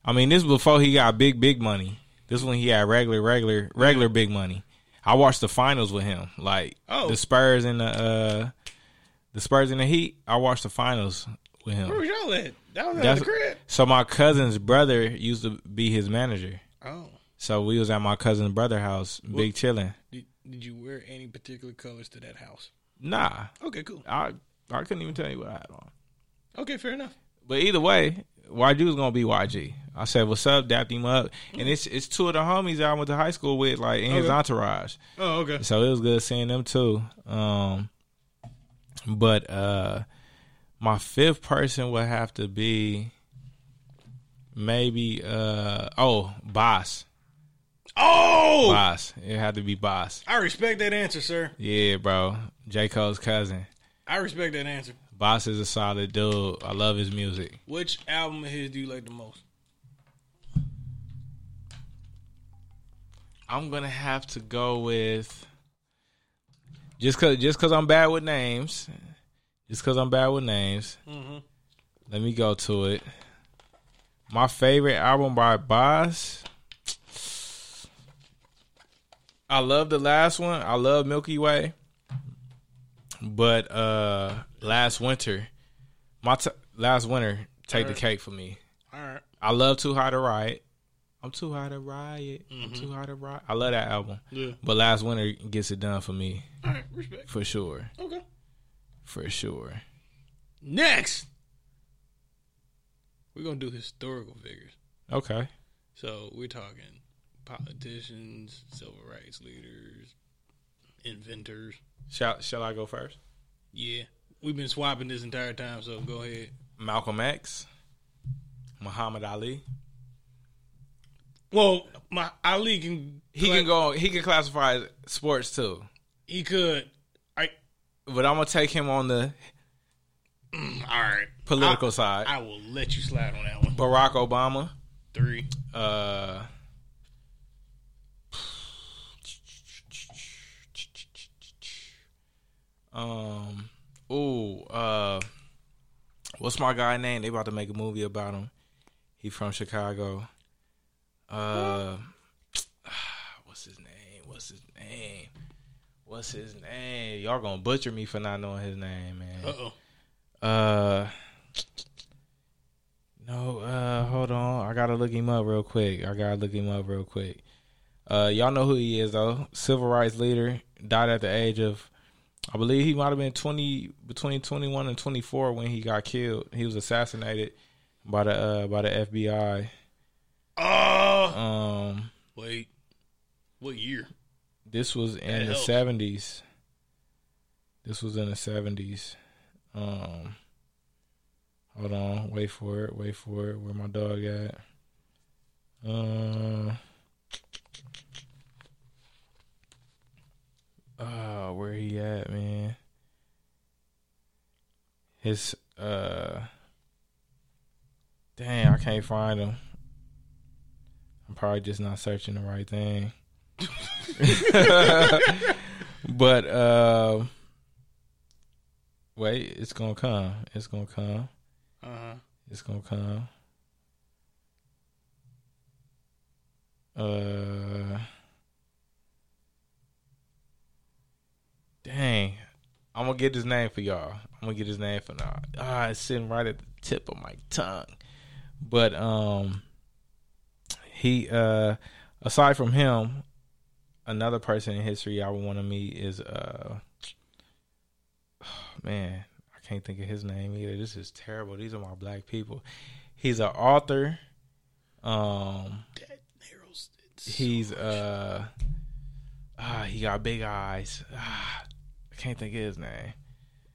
Speaker 2: I mean, this before he got big, big money. This one he had regular, regular, regular big money. I watched the finals with him, like
Speaker 1: Oh.
Speaker 2: the Spurs and the uh, the Spurs and the Heat. I watched the finals with
Speaker 1: Where
Speaker 2: him.
Speaker 1: was y'all at? That was at
Speaker 2: That's-
Speaker 1: the crib.
Speaker 2: So my cousin's brother used to be his manager.
Speaker 1: Oh.
Speaker 2: So we was at my cousin's brother house, big chilling.
Speaker 1: Did, did you wear any particular colors to that house?
Speaker 2: Nah,
Speaker 1: Okay, cool.
Speaker 2: I I couldn't even tell you what I had on.
Speaker 1: Okay, fair enough.
Speaker 2: But either way, YG was gonna be YG. I said, "What's up?" Dapped him up, and it's it's two of the homies that I went to high school with, like in his
Speaker 1: Okay.
Speaker 2: entourage.
Speaker 1: Oh, okay.
Speaker 2: So it was good seeing them too. Um, but uh, my fifth person would have to be maybe uh oh Boss
Speaker 1: Oh!
Speaker 2: Boss. It had to be Boss.
Speaker 1: I respect that answer, sir.
Speaker 2: Yeah, bro. J Cole's cousin.
Speaker 1: I respect that answer.
Speaker 2: Boss is a solid dude. I love his music.
Speaker 1: Which album of his do you like the most?
Speaker 2: I'm gonna have to go with just cause just cause I'm bad with names. Just cause I'm bad with names.
Speaker 1: Mm-hmm.
Speaker 2: Let me go to it. My favorite album by Boss. I love the last one. I love Milky Way. But uh last winter, my t- last winter, take the
Speaker 1: Alright.
Speaker 2: cake for me.
Speaker 1: All right.
Speaker 2: I love Too High to Riot. I'm too high to riot. I'm too high to riot. I love that album.
Speaker 1: Yeah.
Speaker 2: But last winter gets it done for me,
Speaker 1: All right, respect.
Speaker 2: for sure,
Speaker 1: Okay.
Speaker 2: for sure.
Speaker 1: Next, we're going to do historical figures.
Speaker 2: Okay.
Speaker 1: So we're talking politicians, civil rights leaders, inventors.
Speaker 2: Shall Shall I go first?
Speaker 1: Yeah, we've been swapping this entire time. So go ahead.
Speaker 2: Malcolm X, Muhammad Ali,
Speaker 1: Well, my Ali can
Speaker 2: He can go. He can classify as sports too.
Speaker 1: He could. I
Speaker 2: But I'm gonna take him on the
Speaker 1: all right.
Speaker 2: political
Speaker 1: I,
Speaker 2: side.
Speaker 1: I will let you slide on that one.
Speaker 2: Barack Obama.
Speaker 1: Three.
Speaker 2: Uh, um. Ooh. Uh. What's my guy name? They about to make a movie about him. He from Chicago. Uh. What's his name? What's his name? What's his name? Y'all gonna butcher me for not knowing his name, man.
Speaker 1: Uh oh.
Speaker 2: Uh, no. Uh, hold on. I gotta look him up real quick. I gotta look him up real quick. Uh, y'all know who he is though. Civil rights leader died at the age of, I believe he might have been twenty between twenty one and twenty four when he got killed. He was assassinated by the uh by the FBI.
Speaker 1: Oh.
Speaker 2: Um,
Speaker 1: Wait. What year?
Speaker 2: this was in
Speaker 1: That
Speaker 2: the
Speaker 1: helps.
Speaker 2: seventies. This was in the seventies. Um, hold on, wait for it, wait for it. Where my dog at? Um, uh, where he at, man? His uh, dang, I can't find him. I'm probably just not searching the right thing but uh, wait, it's gonna come. It's gonna come.
Speaker 1: Uh huh.
Speaker 2: It's gonna come. Uh, dang, I'm gonna get his name for y'all. I'm gonna get his name for now. Ah, it's sitting right at the tip of my tongue. But um, he uh, aside from him, another person in history I would want to meet is uh, man, I can't think of his name either. This is terrible. These are my black people. He's an author. Um,
Speaker 1: That narrows it.
Speaker 2: he's uh, ah, he got big eyes. Ah, I can't think of his name.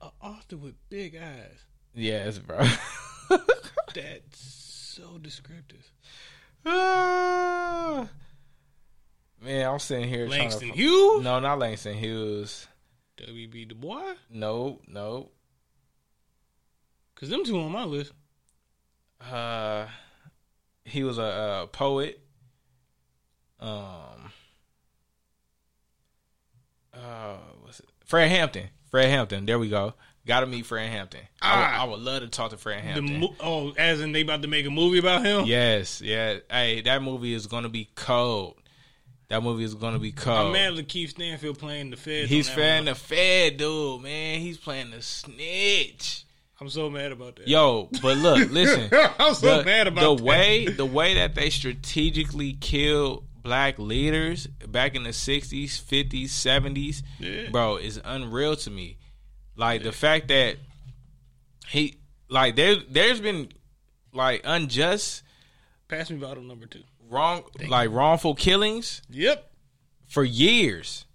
Speaker 1: an author with big eyes.
Speaker 2: Yes, bro.
Speaker 1: That's so descriptive.
Speaker 2: Ah. man, I'm sitting here. trying to
Speaker 1: Langston
Speaker 2: fi-
Speaker 1: Hughes.
Speaker 2: No, not Langston Hughes.
Speaker 1: W.B. Du Bois.
Speaker 2: No, no.
Speaker 1: Cause them two on my list.
Speaker 2: Uh, he was a, uh poet. Um, uh, what's it? Fred Hampton. Fred Hampton. There we go. Got to meet Fred Hampton. I, would,
Speaker 1: Ah.
Speaker 2: I would love to talk to Fred
Speaker 1: The
Speaker 2: Hampton.
Speaker 1: mo- oh, as in they about to make a movie about him.
Speaker 2: yes, yeah. Hey, that movie is gonna be cold. That movie is gonna be
Speaker 1: I'm
Speaker 2: cold.
Speaker 1: mad Lakeith Stanfield playing the feds.
Speaker 2: Oh. He's
Speaker 1: on that
Speaker 2: playing
Speaker 1: one.
Speaker 2: the Fed, dude. Man, he's playing the snitch.
Speaker 1: I'm so mad about that.
Speaker 2: Yo, but look, listen.
Speaker 1: I'm so
Speaker 2: the,
Speaker 1: mad about
Speaker 2: the
Speaker 1: that.
Speaker 2: way the way that they strategically killed black leaders back in the sixties, fifties, seventies,
Speaker 1: Yeah.
Speaker 2: bro, is unreal to me. Like the fact that he like there there's been like unjust
Speaker 1: Pass me bottle number two.
Speaker 2: wrong like wrongful killings
Speaker 1: Yep.
Speaker 2: for years.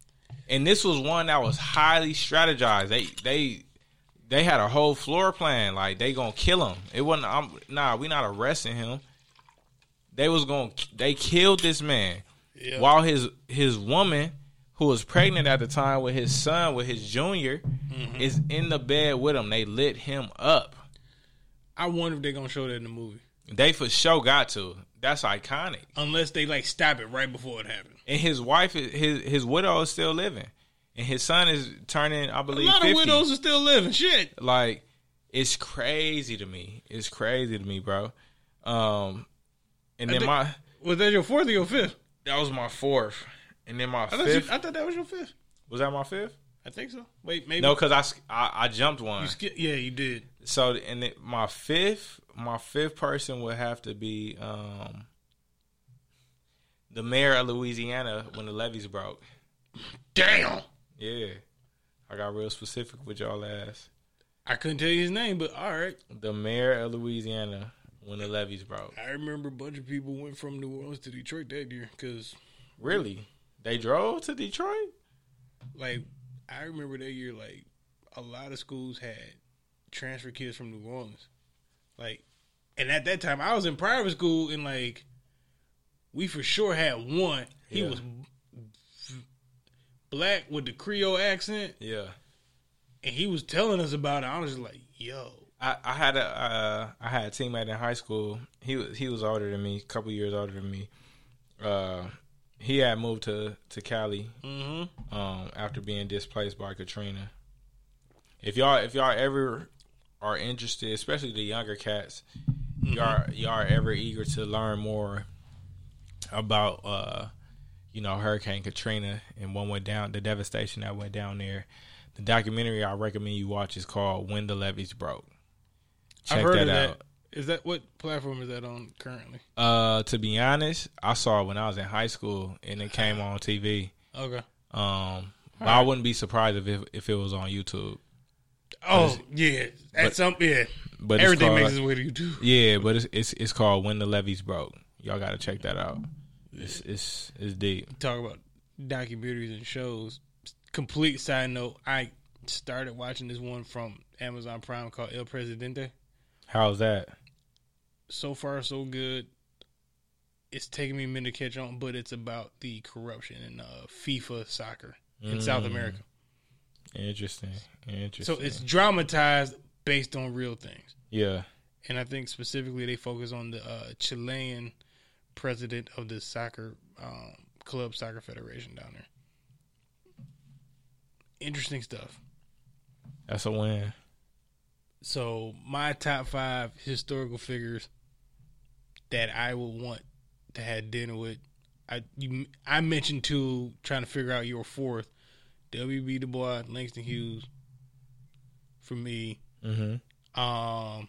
Speaker 2: And this was one that was highly strategized. They they they had a whole floor plan. Like they gonna kill him. It wasn't. I'm, nah, we not arresting him. They was gonna. They killed this man
Speaker 1: Yeah.
Speaker 2: while his his woman, who was pregnant at the time with his son, with his junior,
Speaker 1: Mm-hmm.
Speaker 2: is in the bed with him. They lit him up.
Speaker 1: I wonder if they're gonna show that in the movie.
Speaker 2: They for sure got to. That's iconic.
Speaker 1: Unless they like stop it right before it happened.
Speaker 2: and his wife is his his widow is still living, and his son is turning, I
Speaker 1: A
Speaker 2: believe,
Speaker 1: lot
Speaker 2: 50.
Speaker 1: of widows are still living. Shit.
Speaker 2: Like it's crazy to me. It's crazy to me, bro. Um, and then
Speaker 1: think-
Speaker 2: my
Speaker 1: Was that your fourth or your fifth?
Speaker 2: that was my fourth, and then my
Speaker 1: I thought, you,
Speaker 2: fifth
Speaker 1: I thought that was your fifth.
Speaker 2: was that my fifth?
Speaker 1: I think so. Wait, maybe.
Speaker 2: No, because I, sk- I I jumped one.
Speaker 1: You skip- yeah, you did.
Speaker 2: So and it, my fifth my fifth person would have to be um the mayor of Louisiana when the levees broke.
Speaker 1: Damn.
Speaker 2: Yeah, I got real specific with y'all ass.
Speaker 1: I couldn't tell you his name, but all right.
Speaker 2: the mayor of Louisiana when the levees broke.
Speaker 1: I remember a bunch of people went from New Orleans to Detroit that year because,
Speaker 2: Really? They drove to Detroit?
Speaker 1: like, I remember that year, like, a lot of schools had transfer kids from New Orleans. Like, and at that time, I was in private school, and, like, we for sure had one. He
Speaker 2: Yeah.
Speaker 1: was black with the Creole accent,
Speaker 2: Yeah.
Speaker 1: and he was telling us about it. I was just like, yo,
Speaker 2: I, I had a uh, I had a teammate in high school. He was he was older than me, a couple years older than me. Uh, he had moved to to Cali
Speaker 1: mm-hmm.
Speaker 2: um, after being displaced by Katrina. If y'all if y'all ever are interested, especially the younger cats,
Speaker 1: Mm-hmm.
Speaker 2: y'all y'all are ever eager to learn more about uh, you know Hurricane Katrina and what went down, the devastation that went down there. The documentary I recommend you watch is called "When the Levees Broke." Check
Speaker 1: I've heard
Speaker 2: that
Speaker 1: of
Speaker 2: out.
Speaker 1: that. Is that what platform is that on currently?
Speaker 2: Uh, to be honest, I saw it when I was in high school, and it came on TV.
Speaker 1: Okay.
Speaker 2: Um, but I wouldn't be surprised if it, if it was on YouTube.
Speaker 1: Oh yeah, that's something. Yeah,
Speaker 2: But it's
Speaker 1: everything
Speaker 2: called-
Speaker 1: makes its way to YouTube.
Speaker 2: Yeah, but it's it's it's called When the Levees Broke. Y'all gotta check that out. It's it's it's deep.
Speaker 1: talk about documentaries and shows. Complete side note: I started watching this one from Amazon Prime called El Presidente.
Speaker 2: How's that?
Speaker 1: So far, so good. It's taking me a minute to catch on, but it's about the corruption in uh, FIFA soccer in South
Speaker 2: Mm.
Speaker 1: America.
Speaker 2: Interesting. Interesting.
Speaker 1: So it's dramatized based on real things,
Speaker 2: yeah.
Speaker 1: and I think specifically they focus on the uh, Chilean president of the soccer um, club, soccer federation down there. Interesting stuff.
Speaker 2: That's a win.
Speaker 1: So my top five historical figures that I would want to have dinner with. I you, I mentioned two trying to figure out your fourth. WB Du Bois, Langston Hughes. For me,
Speaker 2: Mm-hmm.
Speaker 1: um,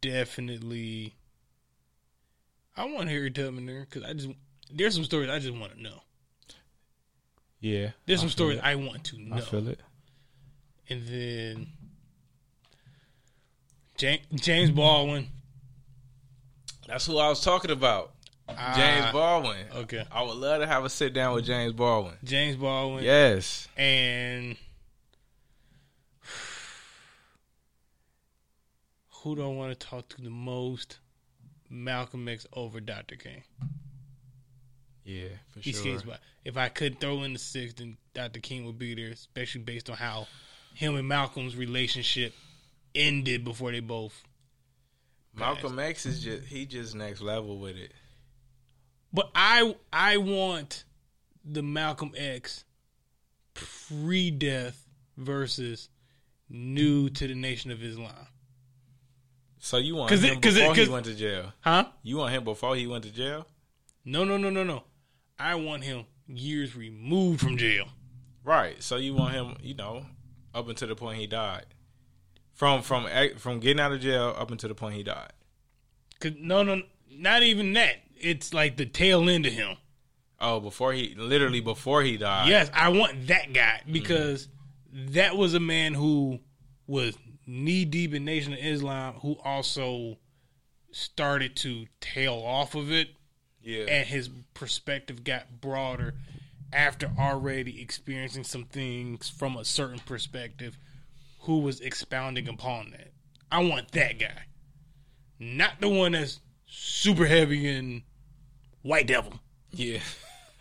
Speaker 1: definitely. I want Harry Tubman there because I just there's some stories I just want to know.
Speaker 2: Yeah.
Speaker 1: There's
Speaker 2: I
Speaker 1: some stories
Speaker 2: feel it.
Speaker 1: I want to know.
Speaker 2: I feel it.
Speaker 1: and then James, James Baldwin.
Speaker 2: That's who I was talking about.
Speaker 1: Ah,
Speaker 2: Baldwin.
Speaker 1: Okay,
Speaker 2: I would love to have a sit down with James Baldwin.
Speaker 1: James Baldwin.
Speaker 2: Yes.
Speaker 1: And who do I want to talk to the most? Malcolm X over Dr. King.
Speaker 2: Yeah, for
Speaker 1: He
Speaker 2: sure.
Speaker 1: skates by. If I could throw in the sixth, then Dr. King would be there, especially based on how him and Malcolm's relationship ended before they both.
Speaker 2: Malcolm X is just he just next level with it.
Speaker 1: But I I want the Malcolm X pre death versus new to the Nation of Islam.
Speaker 2: So you want
Speaker 1: 'Cause it-
Speaker 2: him
Speaker 1: 'cause it-
Speaker 2: before he
Speaker 1: 'cause-
Speaker 2: went to jail?
Speaker 1: Huh?
Speaker 2: You want him before he went to jail?
Speaker 1: No, no, no, no, no. I want him years removed from jail.
Speaker 2: Right. So you want him, you know, up until the point he died. From from from getting out of jail up until the point he died.
Speaker 1: Cause no, no, not even that. It's like the tail end of him.
Speaker 2: Oh, before he literally before he died.
Speaker 1: Yes, I want that guy because that was a man who was knee deep in Nation of Islam, who also started to tail off of it.
Speaker 2: Yeah.
Speaker 1: and his perspective got broader after already experiencing some things from a certain perspective who was expounding upon that. I want that guy. Not the one that's super heavy in White Devil.
Speaker 2: Yeah.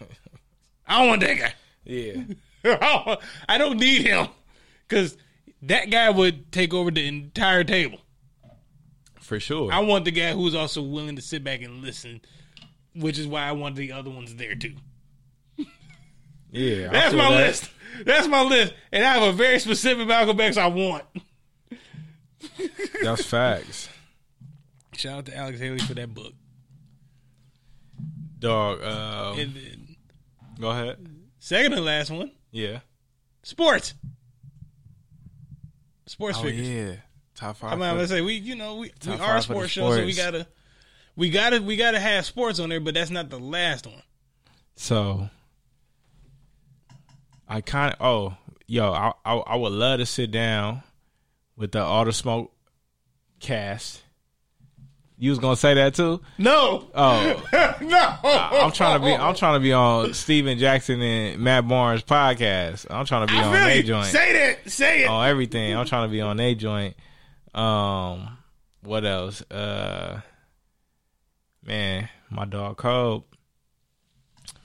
Speaker 1: I don't want that guy.
Speaker 2: yeah.
Speaker 1: I don't need him because that guy would take over the entire table.
Speaker 2: For sure.
Speaker 1: I want the guy who's also willing to sit back and listen, which is why I want the other ones there too.
Speaker 2: yeah. I
Speaker 1: That's
Speaker 2: feel
Speaker 1: my
Speaker 2: that.
Speaker 1: list. That's my list. And I have a very specific Malcolm X I want.
Speaker 2: That's facts.
Speaker 1: Shout out to Alex Haley for that book.
Speaker 2: Dog, um,
Speaker 1: And then,
Speaker 2: go ahead.
Speaker 1: second and last one,
Speaker 2: Yeah.
Speaker 1: sports. Sports
Speaker 2: Oh
Speaker 1: figures.
Speaker 2: yeah. Top five.
Speaker 1: I mean, I'm gonna
Speaker 2: for-
Speaker 1: say we, you know, we, we
Speaker 2: Top
Speaker 1: are a
Speaker 2: five for the
Speaker 1: sports show, so we
Speaker 2: sports.
Speaker 1: gotta, we gotta, we gotta have sports on there. But that's not the last one.
Speaker 2: So I kind of oh yo I, I I would love to sit down with the Auto Smoke cast. You was gonna say that too?
Speaker 1: No,
Speaker 2: Oh,
Speaker 1: no.
Speaker 2: I'm trying
Speaker 1: oh,
Speaker 2: to be I'm trying to be on Steven Jackson and Matt Barnes podcast. I'm trying to be on
Speaker 1: I
Speaker 2: a
Speaker 1: feel you.
Speaker 2: joint Oh.
Speaker 1: Say that. Say it.
Speaker 2: on everything. I'm trying to be on a joint. Um, what else? Uh, man, my dog Kobe,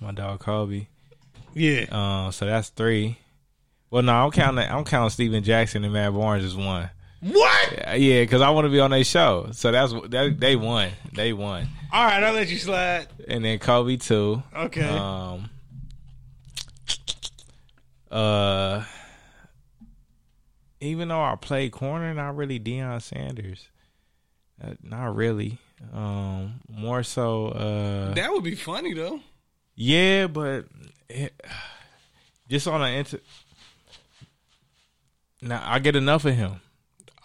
Speaker 2: my dog Kobe.
Speaker 1: Yeah.
Speaker 2: Um, so that's three. Well, no, I'm counting. I'm counting Steven Jackson and Matt Barnes as one. Uh,
Speaker 1: What?
Speaker 2: Yeah, because I want to be on their show. So that's that. They won. They won.
Speaker 1: All right, I'll let you slide.
Speaker 2: And then Kobe too.
Speaker 1: Okay.
Speaker 2: Um. Uh. Even though I played corner, not really Deion Sanders. Uh, not really. Um. More so. Uh.
Speaker 1: that would be funny though.
Speaker 2: Yeah, but it, just on an inter. Now I get enough of him.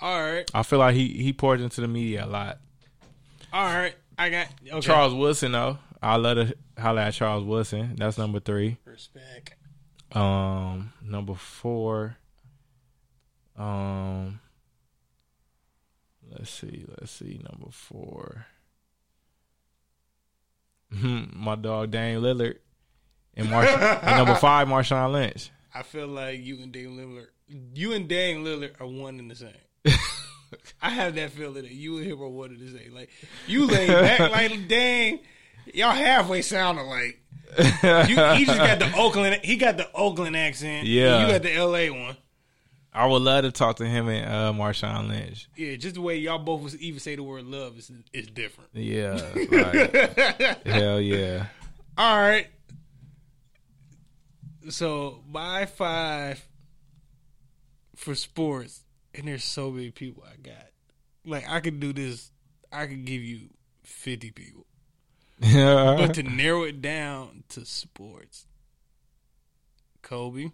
Speaker 1: All right.
Speaker 2: I feel like he he pours into the media a lot.
Speaker 1: All right. I got okay.
Speaker 2: Charles Wilson though, I love to holler at Charles Wilson. That's number three.
Speaker 1: Respect.
Speaker 2: Um, number four. Um, let's see, let's see, number four. Hmm, My dog Dane Lillard, and, Marsh- and number five Marshawn Lynch.
Speaker 1: I feel like you and Dame Lillard, you and Dame Lillard are one and the same. I have that feeling that you and him are one and the same. Like you lay back like dang, y'all halfway sound alike. You, he just got the Oakland. He got the Oakland accent.
Speaker 2: Yeah.
Speaker 1: and you got the L.A. one.
Speaker 2: I would love to talk to him and uh, Marshawn Lynch.
Speaker 1: Yeah, just the way y'all both was even say the word love is is different.
Speaker 2: Yeah, like, hell yeah.
Speaker 1: All right. So my five for sports, and there's so many people I got. Like I could do this. I could give you fifty people, but to narrow it down to sports, Kobe,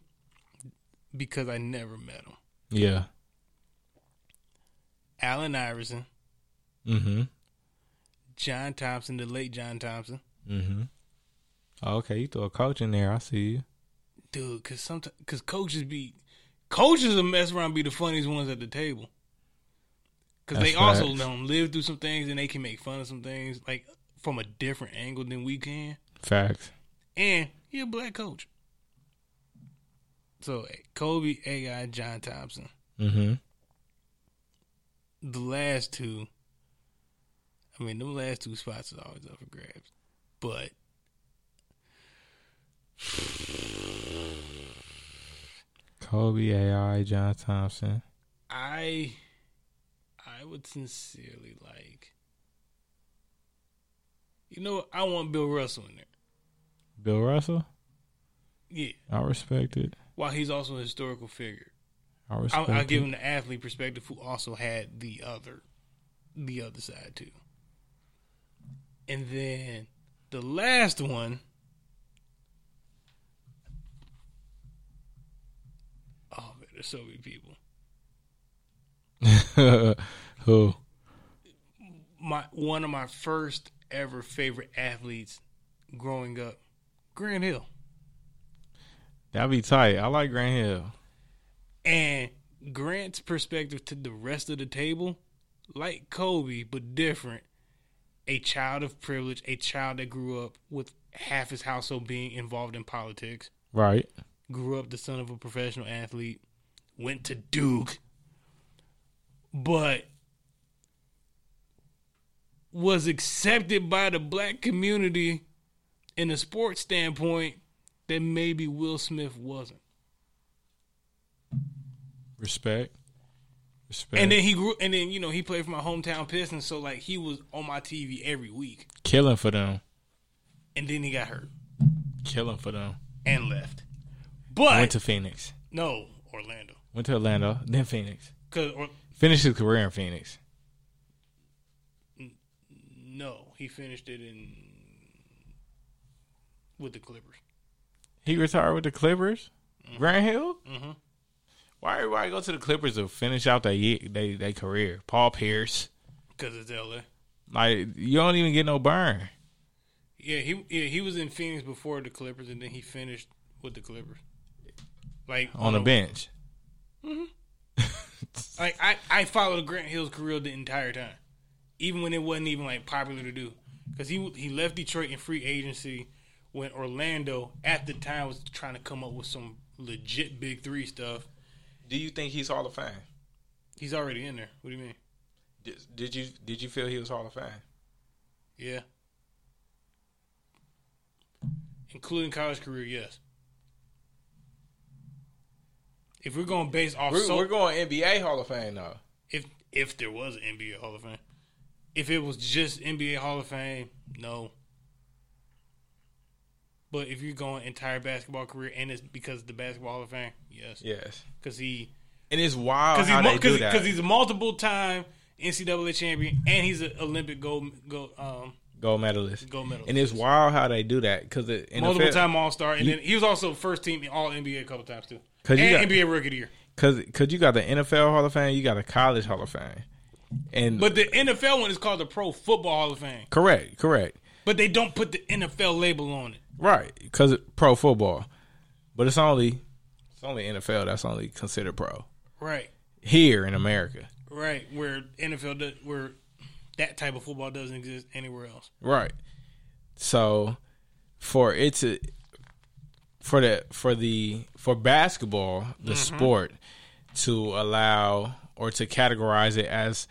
Speaker 1: because I never met him.
Speaker 2: yeah.
Speaker 1: Allen Iverson,
Speaker 2: Mm-hmm.
Speaker 1: John Thompson, the late John Thompson,
Speaker 2: Mm-hmm. Okay, you throw a coach in there. I see you.
Speaker 1: dude. Because sometimes, because coaches be coaches will mess around and be the funniest ones at the table. Because they
Speaker 2: That's
Speaker 1: also
Speaker 2: facts.
Speaker 1: don't live through some things and they can make fun of some things like from a different angle than we can.
Speaker 2: Facts.
Speaker 1: And he a black coach. So eh, Kobe, AI, John Thompson,
Speaker 2: Mm-hmm.
Speaker 1: the last two. I mean, them last two spots is always up for grabs, but.
Speaker 2: Kobe AI, John Thompson.
Speaker 1: I I would sincerely like you know what? I want Bill Russell in there.
Speaker 2: Bill Russell?
Speaker 1: Yeah.
Speaker 2: I respect it.
Speaker 1: While he's also a historical figure.
Speaker 2: I
Speaker 1: I'll,
Speaker 2: respect
Speaker 1: I'll
Speaker 2: it.
Speaker 1: give him the athlete perspective who also had the other the other side too. And then the last one Oh man, there's so many people.
Speaker 2: Who?
Speaker 1: my one of my first ever favorite athletes growing up, Grant Hill.
Speaker 2: That'd be tight. I like Grant Hill.
Speaker 1: And Grant's perspective to the rest of the table, like Kobe, but different. A child of privilege, a child that grew up with half his household being involved in politics,
Speaker 2: Right.
Speaker 1: grew up the son of a professional athlete, went to Duke, but was accepted by the black community in a sports standpoint that maybe Will Smith wasn't.
Speaker 2: Respect. Respect.
Speaker 1: And then he grew and then, you know, he played for my hometown Pistons, so like he was on my TV every week.
Speaker 2: Killing for them.
Speaker 1: And then he got hurt
Speaker 2: Killing for them.
Speaker 1: and left.
Speaker 2: Went
Speaker 1: But
Speaker 2: to Phoenix.
Speaker 1: no, Orlando.
Speaker 2: Went to Orlando. Then Phoenix.
Speaker 1: Cause or,
Speaker 2: Finished his career in Phoenix.
Speaker 1: no, he finished it in with the Clippers.
Speaker 2: He retired with the Clippers. Grant Hill. Mm-hmm. Why everybody go to the Clippers to finish out their ye- they they career? Paul Pierce.
Speaker 1: Cause it's LA.
Speaker 2: Like you don't even get no burn.
Speaker 1: Yeah, he yeah he was in Phoenix before the Clippers, and then he finished with the Clippers. Like
Speaker 2: on the
Speaker 1: a
Speaker 2: bench.
Speaker 1: Like I I followed Grant Hill's career the entire time, even when it wasn't even like popular to do, because he he left Detroit in free agency when Orlando at the time was trying to come up with some legit big three stuff.
Speaker 2: Do you think he's Hall of Fame?
Speaker 1: He's already in there. What do you mean?
Speaker 2: Did, did you did you feel he was Hall of Fame?
Speaker 1: Yeah, including college career, yes. If we're going based off,
Speaker 2: We're,
Speaker 1: so-
Speaker 2: we're going NBA Hall of Fame though.
Speaker 1: if if there was an NBA Hall of Fame, if it was just NBA Hall of Fame, no. But if you're going entire basketball career and it's because of the basketball Hall of Fame, yes,
Speaker 2: Yes,
Speaker 1: because he
Speaker 2: and it's wild
Speaker 1: because
Speaker 2: how
Speaker 1: he's
Speaker 2: they do that.
Speaker 1: because he's a multiple time NCAA champion and he's an Olympic gold gold um
Speaker 2: gold medalist.
Speaker 1: gold medal
Speaker 2: And it's wild how they do that because the
Speaker 1: multiple
Speaker 2: NFL,
Speaker 1: time All Star and then he was also first team All NBA a couple times too
Speaker 2: 'Cause
Speaker 1: and
Speaker 2: you got-
Speaker 1: NBA Rookie of the Year.
Speaker 2: because you got the NFL Hall of Fame, you got a college Hall of Fame, and
Speaker 1: But the NFL one is called the Pro Football Hall of Fame,
Speaker 2: correct, correct,
Speaker 1: but they don't put the NFL label on it.
Speaker 2: right? Because pro football, but it's only it's only NFL that's only considered pro
Speaker 1: Right.
Speaker 2: here in America,
Speaker 1: Right, where NFL does, where that type of football doesn't exist anywhere else.
Speaker 2: right? So for it to for the for the for basketball
Speaker 1: Mm-hmm.
Speaker 2: the sport to allow or to categorize it as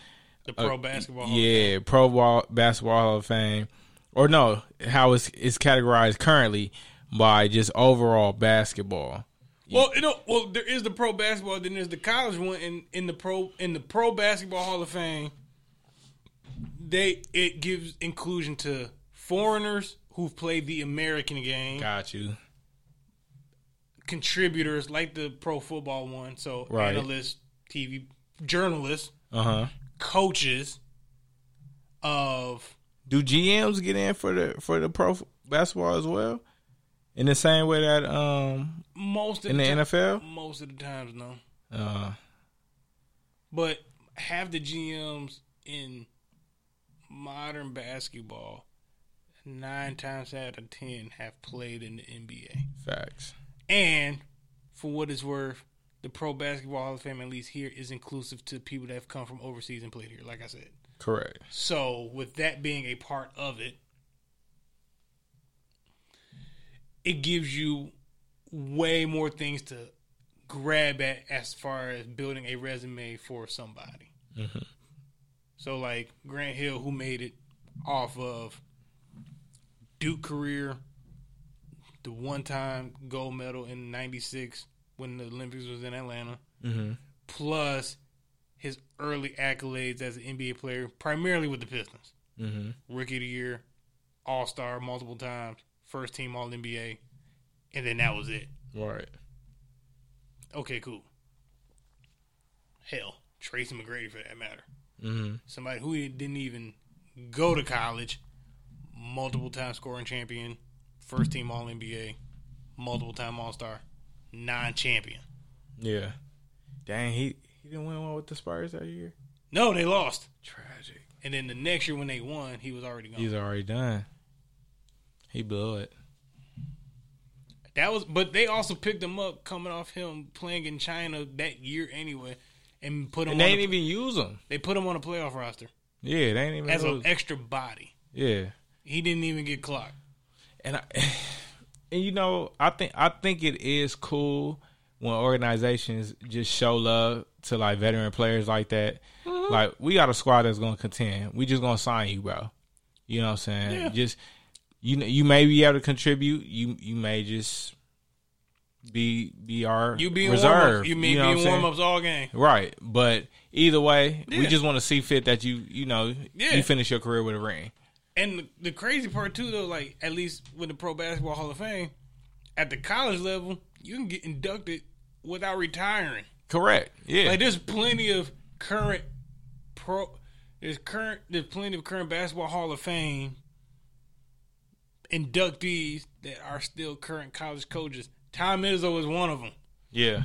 Speaker 1: The pro basketball. Hall of Fame.
Speaker 2: Uh, Yeah, Pro Ball Basketball Hall of Fame, or no, how it's it's categorized currently by just overall basketball.
Speaker 1: Well, you know, well there is the pro basketball, then there's the college one, and in the pro in the pro basketball Hall of Fame, they it gives inclusion to foreigners who've played the American game,
Speaker 2: Got you.
Speaker 1: contributors like the pro football one, so
Speaker 2: Right.
Speaker 1: analysts, TV journalists,
Speaker 2: Uh huh.
Speaker 1: coaches of
Speaker 2: Do GMs get in for the for the pro f- basketball as well? In the same way that um
Speaker 1: most of
Speaker 2: in the
Speaker 1: ti-
Speaker 2: NFL.
Speaker 1: most of the times no.
Speaker 2: Uh,
Speaker 1: But have the GMs in modern basketball nine times out of ten have played in the NBA.
Speaker 2: facts.
Speaker 1: And for what it's worth, the Pro Basketball Hall of Fame, at least here, is inclusive to people that have come from overseas and played here, like I said.
Speaker 2: Correct.
Speaker 1: So, with that being a part of it, it gives you way more things to grab at as far as building a resume for somebody. So, like Grant Hill, who made it off of Duke career, the one time gold medal in '96 when the Olympics was in Atlanta,
Speaker 2: Mhm.
Speaker 1: plus his early accolades as an NBA player, primarily with the Pistons.
Speaker 2: Mm-hmm.
Speaker 1: Rookie of the year, All Star multiple times, first team All NBA, and then that was it.
Speaker 2: Right.
Speaker 1: Okay, cool. Hell, Tracy McGrady for that matter.
Speaker 2: Mm-hmm.
Speaker 1: Somebody who didn't even go to college, multiple time scoring champion, first team All NBA, multiple time All Star, non champion.
Speaker 2: Yeah. Dang, he he didn't win one with the Spurs that year.
Speaker 1: No, they lost.
Speaker 2: Tragic.
Speaker 1: And then the next year when they won, he was already gone.
Speaker 2: He's already done. He blew it.
Speaker 1: That was, but they also picked him up coming off him playing in China that year anyway, and put him.
Speaker 2: And they
Speaker 1: on
Speaker 2: didn't
Speaker 1: the,
Speaker 2: even use him.
Speaker 1: they put him on a playoff roster
Speaker 2: Yeah, they ain't even
Speaker 1: as an
Speaker 2: lose.
Speaker 1: extra body.
Speaker 2: yeah.
Speaker 1: He didn't even get clocked.
Speaker 2: And I, and you know, I think I think it is cool when organizations just show love to like veteran players like that.
Speaker 1: Mm-hmm.
Speaker 2: Like we got a squad that's going to contend. We just going to sign you, bro. You know what I'm saying?
Speaker 1: Yeah.
Speaker 2: Just you know, you may be able to contribute. You you may just be be our
Speaker 1: You being warm
Speaker 2: reserve.
Speaker 1: ups, you mean
Speaker 2: know what I'm
Speaker 1: being
Speaker 2: saying?
Speaker 1: warm ups all game.
Speaker 2: Right, but either way, we
Speaker 1: Yeah.
Speaker 2: just want to see fit that you you know
Speaker 1: Yeah.
Speaker 2: you finish your career with a ring.
Speaker 1: And the, the crazy part too, though, like at least with the Pro Basketball Hall of Fame, at the college level, you can get inducted without retiring.
Speaker 2: Correct. Yeah.
Speaker 1: Like there's plenty of current pro there's current there's plenty of current basketball hall of fame inductees that are still current college coaches. Tom Izzo is one of them.
Speaker 2: yeah.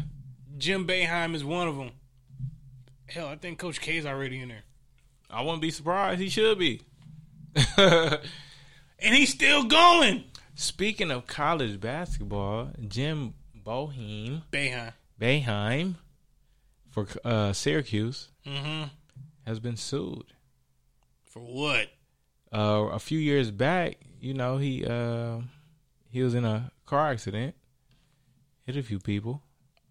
Speaker 1: Jim Beheim is one of them. Hell, I think Coach K is already in there.
Speaker 2: I wouldn't be surprised. He should be.
Speaker 1: And he's still going.
Speaker 2: Speaking of college basketball, Jim Boheim,
Speaker 1: Beheim.
Speaker 2: Boeheim for uh, Syracuse
Speaker 1: Mm-hmm.
Speaker 2: has been sued.
Speaker 1: For what?
Speaker 2: Uh, a few years back, you know, he uh, he was in a car accident, hit a few people.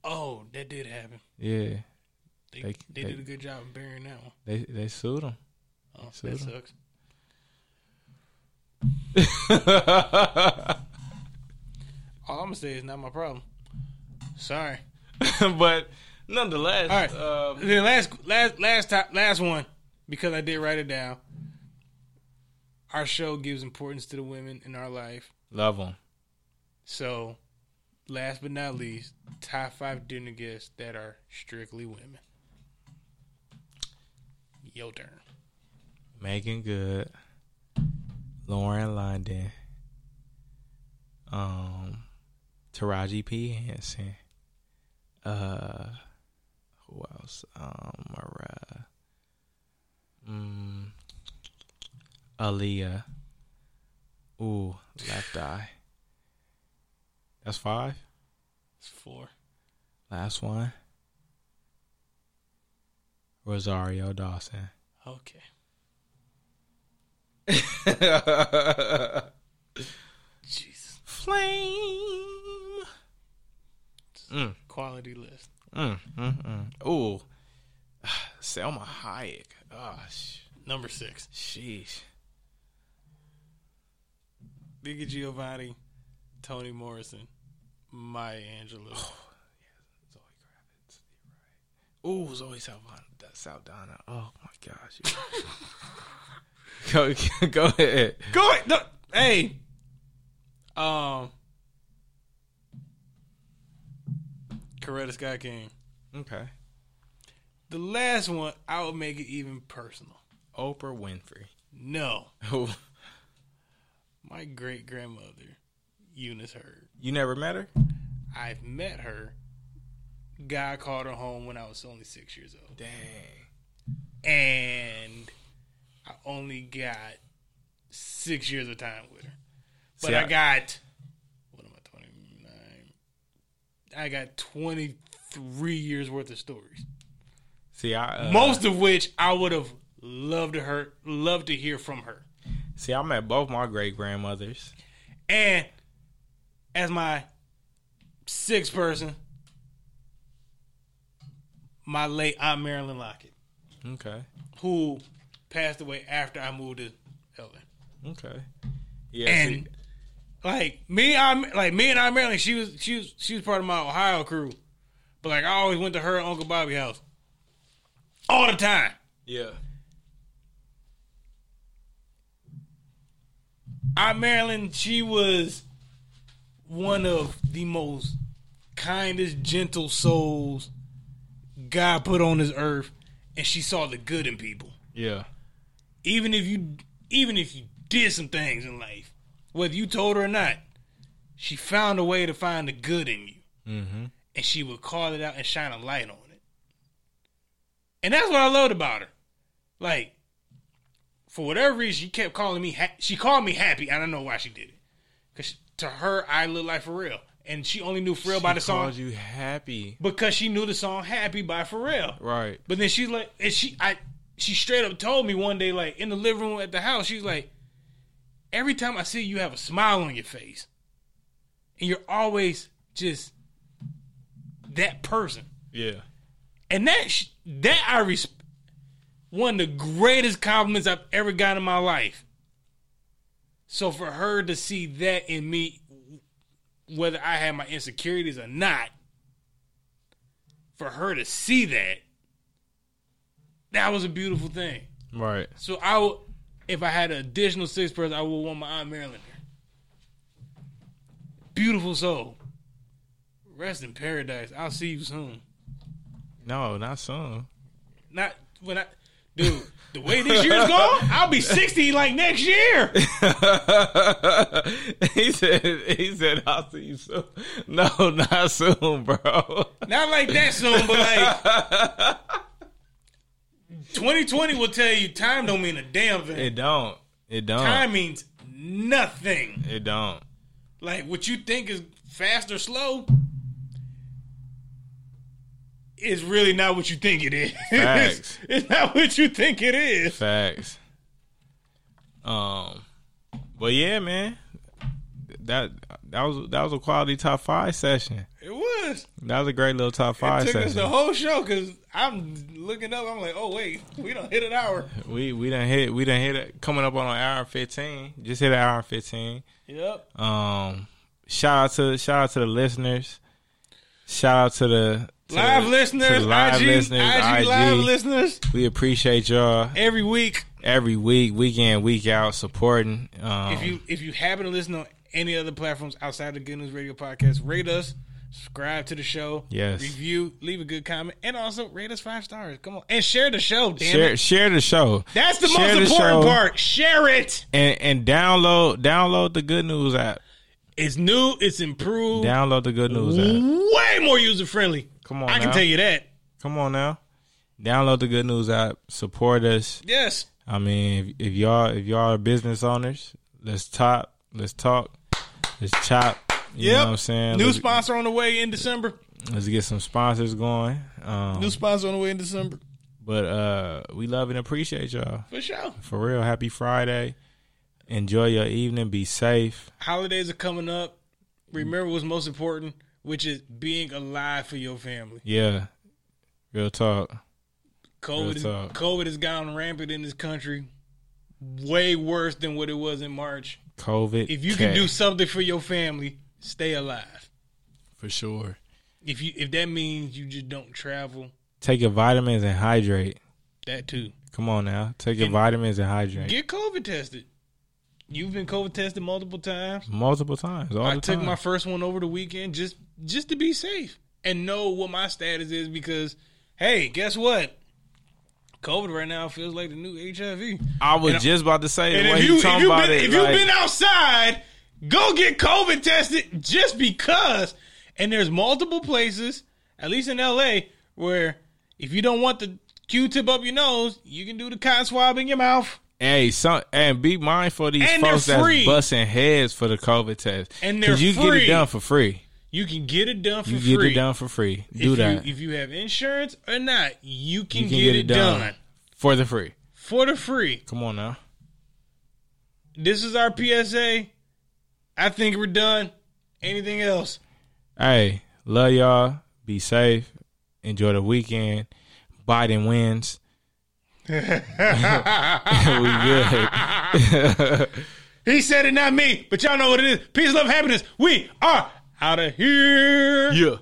Speaker 1: Oh, that did happen.
Speaker 2: Yeah,
Speaker 1: They,
Speaker 2: They-
Speaker 1: they
Speaker 2: they-
Speaker 1: did a good job of burying that one.
Speaker 2: they they sued him.
Speaker 1: Oh,
Speaker 2: So-
Speaker 1: that sucks. All I'm gonna say is not my problem. Sorry.
Speaker 2: but nonetheless,
Speaker 1: All right.
Speaker 2: um,
Speaker 1: then last last last time last one because I did write it down. Our show gives importance to the women in our life.
Speaker 2: love them.
Speaker 1: So, last but not least, top five dinner guests that are strictly women. Your turn.
Speaker 2: Megan Good, Lauren London, um, Taraji P Henson, uh, who else? Um, or, uh, mm, Aaliyah. Ooh, left eye. That's five.
Speaker 1: It's four.
Speaker 2: Last one. Rosario Dawson.
Speaker 1: Okay. Jesus.
Speaker 2: Flame. Mm,
Speaker 1: Quality list.
Speaker 2: mm, mm, mm. Ooh. Selma Hayek. Oh, sh-
Speaker 1: Number six.
Speaker 2: sheesh.
Speaker 1: Biggie Giovanni, Toni Morrison, Maya Angelou.
Speaker 2: Zoe Kravitz. You're right. Ooh, Zoe Saldana. Saldana. Oh, my gosh. go, go ahead.
Speaker 1: Go ahead. No, hey. Um. Coretta Scott King.
Speaker 2: Okay.
Speaker 1: The last one, I would make it even personal.
Speaker 2: Oprah Winfrey.
Speaker 1: No.
Speaker 2: Ooh.
Speaker 1: My great grandmother, Eunice Heard.
Speaker 2: You never met her?
Speaker 1: I've met her. God called her home when I was only six years old.
Speaker 2: Dang.
Speaker 1: And I only got six years of time with her. But
Speaker 2: See,
Speaker 1: I
Speaker 2: I-
Speaker 1: got, what am I, 29? I got 23 years worth of stories.
Speaker 2: See, I uh,
Speaker 1: Most of which I would have loved to her, loved to hear from her.
Speaker 2: see. I met both my great grandmothers.
Speaker 1: And as my sixth person, my late Aunt Marilyn Lockett,
Speaker 2: Okay.
Speaker 1: who passed away after I moved to LA.
Speaker 2: Okay. Yeah.
Speaker 1: And
Speaker 2: see-
Speaker 1: like me, I'm like me and Aunt Marilyn, she was she was she was part of my Ohio crew. But like I always went to her and Uncle Bobby house. All the time.
Speaker 2: yeah.
Speaker 1: Aunt Marilyn, she was one of the most kindest, gentle souls God put on this earth, and she saw the good in people.
Speaker 2: Yeah.
Speaker 1: Even if you, even if you did some things in life, whether you told her or not, she found a way to find the good in you,
Speaker 2: Mm-hmm.
Speaker 1: and she would call it out and shine a light on it. And that's what I loved about her. Like, for whatever reason, she kept calling me. Ha- she called me happy. I don't know why she did it. Cause to her, I look like Pharrell, and she only knew Pharrell by the song
Speaker 2: you happy.
Speaker 1: because she knew the song "Happy" by Pharrell.
Speaker 2: Right.
Speaker 1: But then she's like, and she, I, she straight up told me one day, like in the living room at the house, she's like, every time I see you, you have a smile on your face, and you're always just that person,
Speaker 2: Yeah.
Speaker 1: and that sh- that I res- one of the greatest compliments I've ever gotten in my life. So for her to see that in me, whether I had my insecurities or not, for her to see that, that was a beautiful thing.
Speaker 2: Right.
Speaker 1: So I would, if I had an additional six person, I would want my aunt Marilyn there. Beautiful soul. Rest in paradise. I'll see you soon.
Speaker 2: No, not soon.
Speaker 1: Not when I, dude. The way this year's going, I'll be sixty like next year.
Speaker 2: he said. He said. I'll see you soon. No, not soon, bro.
Speaker 1: Not like that soon, but like. 2020 will tell you time don't mean a damn thing.
Speaker 2: It don't. It don't.
Speaker 1: Time means nothing.
Speaker 2: It don't.
Speaker 1: Like what you think is fast or slow is really not what you think it is.
Speaker 2: Facts.
Speaker 1: it's not what you think it is.
Speaker 2: Facts. Um. But yeah, man. That that was that was a quality top five session.
Speaker 1: It was.
Speaker 2: That was a great little top
Speaker 1: It
Speaker 2: five
Speaker 1: took us
Speaker 2: session.
Speaker 1: the whole show because I'm looking up. I'm like, oh wait, we don't hit an hour.
Speaker 2: We we done hit we done hit it coming up on an hour and fifteen. Just hit an hour and fifteen.
Speaker 1: Yep.
Speaker 2: Um Shout out to shout out to the listeners. Shout out to the to
Speaker 1: live
Speaker 2: the-
Speaker 1: listeners,
Speaker 2: to the live
Speaker 1: IG,
Speaker 2: listeners,
Speaker 1: IG,
Speaker 2: IG.
Speaker 1: live listeners
Speaker 2: We appreciate y'all
Speaker 1: every week.
Speaker 2: every week, week in, week out, supporting. Um,
Speaker 1: If you if you happen to listen on any other platforms outside the Good News Radio podcast, rate us, subscribe to the show,
Speaker 2: Yes.
Speaker 1: review, leave a good comment, and also rate us five stars. Come on, and share the show. Damn
Speaker 2: share
Speaker 1: it,
Speaker 2: share the show.
Speaker 1: that's the
Speaker 2: Share
Speaker 1: most
Speaker 2: the
Speaker 1: important
Speaker 2: show.
Speaker 1: part. Share it.
Speaker 2: and and download download the good news app.
Speaker 1: It's new. It's improved.
Speaker 2: Download the good news app.
Speaker 1: Way more user friendly.
Speaker 2: Come on
Speaker 1: I can
Speaker 2: now.
Speaker 1: tell you that.
Speaker 2: Come on now. Download the good news app. Support us.
Speaker 1: Yes.
Speaker 2: I mean, if, if y'all if y'all are business owners, let's top, let's talk, let's chop. You know
Speaker 1: Yep.
Speaker 2: what I'm saying?
Speaker 1: New
Speaker 2: let's,
Speaker 1: sponsor on the way in December.
Speaker 2: let's get some sponsors going. Um,
Speaker 1: New sponsor on the way in December.
Speaker 2: but uh, we love and appreciate y'all
Speaker 1: For sure.
Speaker 2: for real. Happy Friday. Enjoy your evening. Be safe.
Speaker 1: Holidays are coming up.
Speaker 2: Mm.
Speaker 1: Remember what's most important, which is being alive for your family.
Speaker 2: Yeah, real talk.
Speaker 1: COVID
Speaker 2: Real
Speaker 1: is,
Speaker 2: talk.
Speaker 1: COVID has gone rampant in this country. Way worse than what it was in March.
Speaker 2: COVID.
Speaker 1: If you
Speaker 2: cat,
Speaker 1: can do something for your family, stay alive.
Speaker 2: for sure,
Speaker 1: If you if that means you just don't travel,
Speaker 2: take your vitamins and hydrate.
Speaker 1: that too.
Speaker 2: Come on now, take your vitamins and hydrate
Speaker 1: Get COVID tested. You've been COVID tested multiple times.
Speaker 2: multiple times. All
Speaker 1: I
Speaker 2: the
Speaker 1: took
Speaker 2: time.
Speaker 1: my first one over the weekend just just to be safe and know what my status is because hey, guess what? COVID right now feels like the new HIV.
Speaker 2: I was
Speaker 1: and I-
Speaker 2: just about to say
Speaker 1: And
Speaker 2: the way
Speaker 1: if you
Speaker 2: you
Speaker 1: if
Speaker 2: talking
Speaker 1: you've
Speaker 2: about
Speaker 1: been,
Speaker 2: it.
Speaker 1: if you've
Speaker 2: like-
Speaker 1: been outside, go get COVID tested just because. And there's multiple places, at least in LA, where if you don't want the Q-tip up your nose, you can do the cotton swab in your mouth.
Speaker 2: Hey, some and be mindful of these
Speaker 1: And they're
Speaker 2: folks
Speaker 1: free.
Speaker 2: that's busting heads for the COVID test.
Speaker 1: And they're
Speaker 2: you get
Speaker 1: free.
Speaker 2: it done for free.
Speaker 1: You can get it done for
Speaker 2: You
Speaker 1: free.
Speaker 2: get it done for free.
Speaker 1: if
Speaker 2: Do
Speaker 1: you,
Speaker 2: that.
Speaker 1: if you have insurance or not, you can,
Speaker 2: You
Speaker 1: get, it, done.
Speaker 2: for the free.
Speaker 1: for the free.
Speaker 2: Come on now.
Speaker 1: This is our PSA. I think we're done. Anything else?
Speaker 2: Hey, love y'all. Be safe. Enjoy the weekend. Biden wins. we good.
Speaker 1: He said it, not me. But y'all know what it is. Peace, love, happiness. We are out of here.
Speaker 2: yeah.